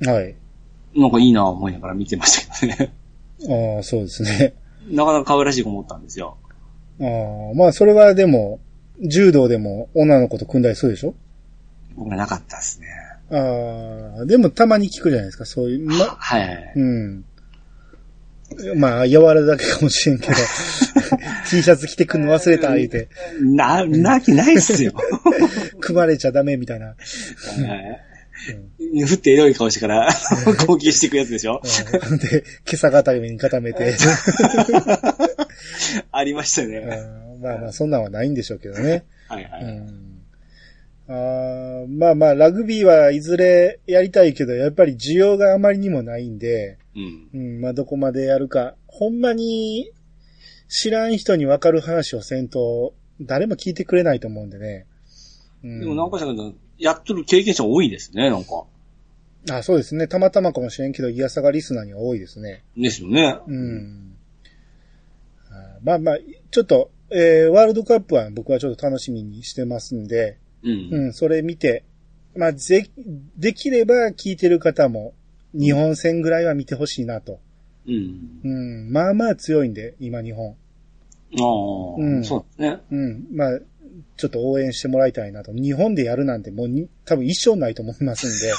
はい。なんかいいなぁ思いながら見てましたけどね。ああ、そうですね。 なかなか可愛らしい子思ったんですよ。ああ、まあそれはでも、柔道でも女の子と組んだりするでしょ僕はなかったですね。ああ、でもたまに聞くじゃないですか、そういう、ま、はいはいはい。うん。まあ、柔らだけかもしれんけど、T シャツ着てくんの忘れた、言うて、な、なわけないっすよ。組まれちゃダメみたいな。ふってエロい顔してから、攻撃していくやつでしょうんで、今朝固めに固めて、ありましたうね。んまあまあ、そんなんはないんでしょうけどね。はいはうい。んあーまあまあ、ラグビーはいずれやりたいけど、やっぱり需要があまりにもないんで、うん。うん、まあどこまでやるか。ほんまに知らん人にわかる話をせんと、誰も聞いてくれないと思うんでね。うん、でもなんかしらけど、やっとる経験者多いですね、なんか。あ、そうですね。たまたまかもしれんけど、いやさがリスナーには多いですね。ですよね。うん。あーまあまあ、ちょっと、えーワールドカップは僕はちょっと楽しみにしてますんで、うん。うん、それ見て、まあ、ぜ、できれば聞いてる方も、日本戦ぐらいは見てほしいなと。うん。うん、まあまあ強いんで、今日本。あうんあ、そうですね。うん、まあ、ちょっと応援してもらいたいなと。日本でやるなんてもうに多分一生ないと思いますんで。